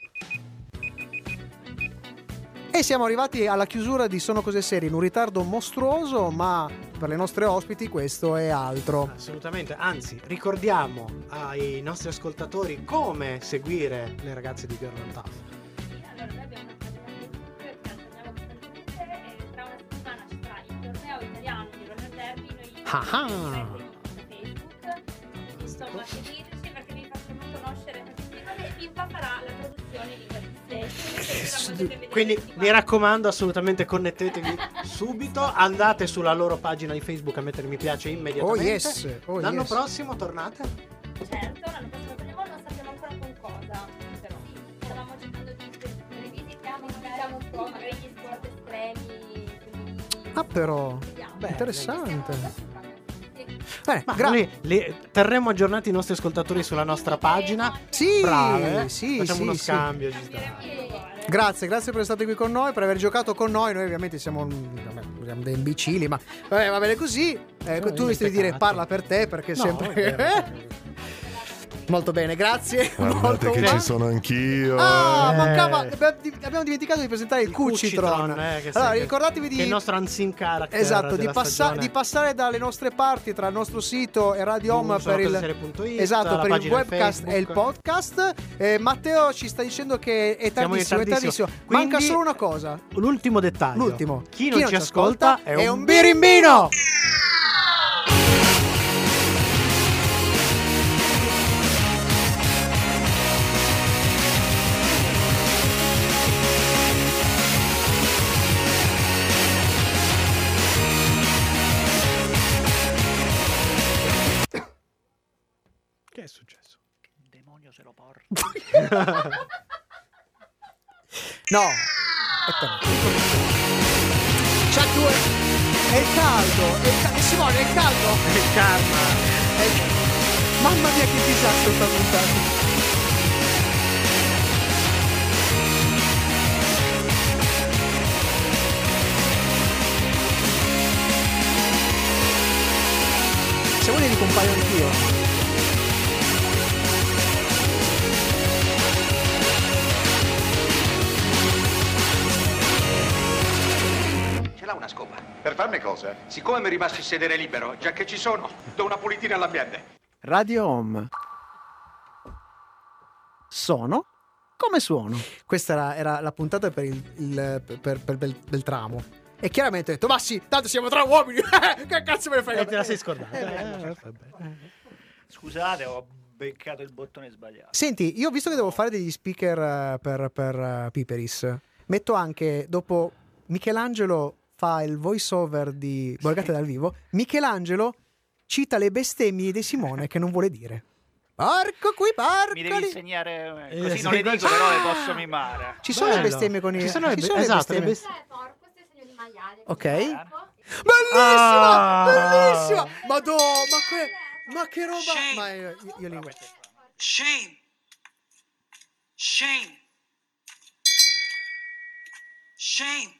S2: E siamo arrivati alla chiusura di Sono Cose Serie in un ritardo mostruoso, ma per le nostre ospiti questo è altro.
S1: Assolutamente, anzi ricordiamo ai nostri ascoltatori come seguire le ragazze di Girl on Tough.
S10: Allora, noi abbiamo una pagina Facebook che aggiorniamo costantemente e tra una settimana ci sarà il torneo italiano di Roger Derby, noi
S2: Ah ah.
S10: su Facebook. Insomma, seguiteci perché vi facciamo conoscere questa settimana e Pippa farà la produzione di queste stesse.
S1: Eh, Quindi mi raccomando assolutamente connettetevi subito, andate sulla loro pagina di Facebook a mettere mi piace immediatamente.
S2: Oh, yes, oh,
S1: L'anno
S2: yes.
S1: prossimo tornate?
S10: Certo, l'anno prossimo torniamo, non sappiamo ancora con cosa, però stavamo cercando di rivisitiamo, diciamo un po', magari gli sport estremi,
S2: Ah però,
S10: Beh,
S2: interessante. Eh,
S10: quindi...
S2: Bene,
S1: Ma
S2: grazie.
S1: noi li- terremo aggiornati i nostri ascoltatori sulla nostra pagina.
S2: Sì,
S1: Brave, eh?
S2: sì,
S1: facciamo
S2: sì,
S1: uno
S2: sì.
S1: scambio. ci sta.
S10: Eh,
S2: Grazie, grazie per essere stati qui con noi, per aver ggiocato con noi. Noi ovviamente siamo, mm, vabbè, siamo dei imbecilli, ma vabbè, va bene così. Eh,
S1: Sono
S2: tu dovresti dire
S1: peccato.
S2: parla per te perché
S1: No,
S2: sempre...
S1: è vero.
S2: Molto bene, grazie.
S6: Guardate
S2: Molto
S6: che
S2: umano.
S6: ci sono anch'io.
S2: Ah,
S6: eh.
S2: mancava. abbiamo di- Abbiamo dimenticato di presentare il Cucitron.
S1: eh, che sai
S2: allora,
S1: che-
S2: ricordatevi
S1: che è
S2: di.
S1: il nostro unseen character
S2: Esatto, di,
S1: della
S2: passa-
S1: stagione.
S2: di passare dalle nostre parti tra il nostro sito e Radio Home per il,
S1: www.radiohome.it,
S2: esatto,
S1: la
S2: per il
S1: pagina
S2: webcast
S1: Facebook.
S2: e il podcast. Eh, Matteo ci sta dicendo che è
S1: Siamo in
S2: tardissimo, è
S1: tardissimo.
S2: tardissimo. Manca
S1: Quindi-
S2: solo una cosa.
S1: L'ultimo dettaglio.
S2: L'ultimo.
S1: Chi non, ci ascolta, è un
S2: birimbino.
S1: Che è successo?
S13: Demonio se lo porta.
S2: No. Aspetta. C'ha due. È caldo. È ca- Simone, è caldo. È calma. Mamma mia che disastro sta puntata. Se vuoi ne ricompaio anch'io.
S5: Ce l'ha una scopa. Per farne cosa? Siccome mi rimasti sedere libero, già che ci sono, do una pulitina all'ambiente.
S14: Radio Home. Sono come suono.
S2: Questa era, era la puntata per, il, il- per- per Bel- Beltramo. E chiaramente ho detto, ma sì, tanto siamo tre uomini, che cazzo me ne frega?
S1: Eh, te la sei scordata.
S2: Eh,
S13: Scusate, ho beccato il bottone sbagliato.
S2: Senti, io visto che devo fare degli speaker eh, per, per, eh, Piperis, metto anche dopo Michelangelo fa il voice over di Borgate dal vivo, Michelangelo cita le bestemmie di Simone che non vuole dire. Porco qui, porco
S13: Mi devi
S2: lì.
S13: insegnare eh,
S2: Eh,
S13: così
S2: sì,
S13: non le dico,
S2: cosa-
S13: però le posso mimare.
S2: Ci sono le Bello. bestemmie con i-
S1: Ci sono le
S2: ci
S1: be-
S2: sono le
S1: esatto, le
S2: bestemmie.
S1: bestemmie.
S2: Ok. Bellissima!
S1: Ah.
S2: Bellissima! Ma do, ma che, ma che roba! Ma io, io, io li-
S15: Shame. Shame. Shame.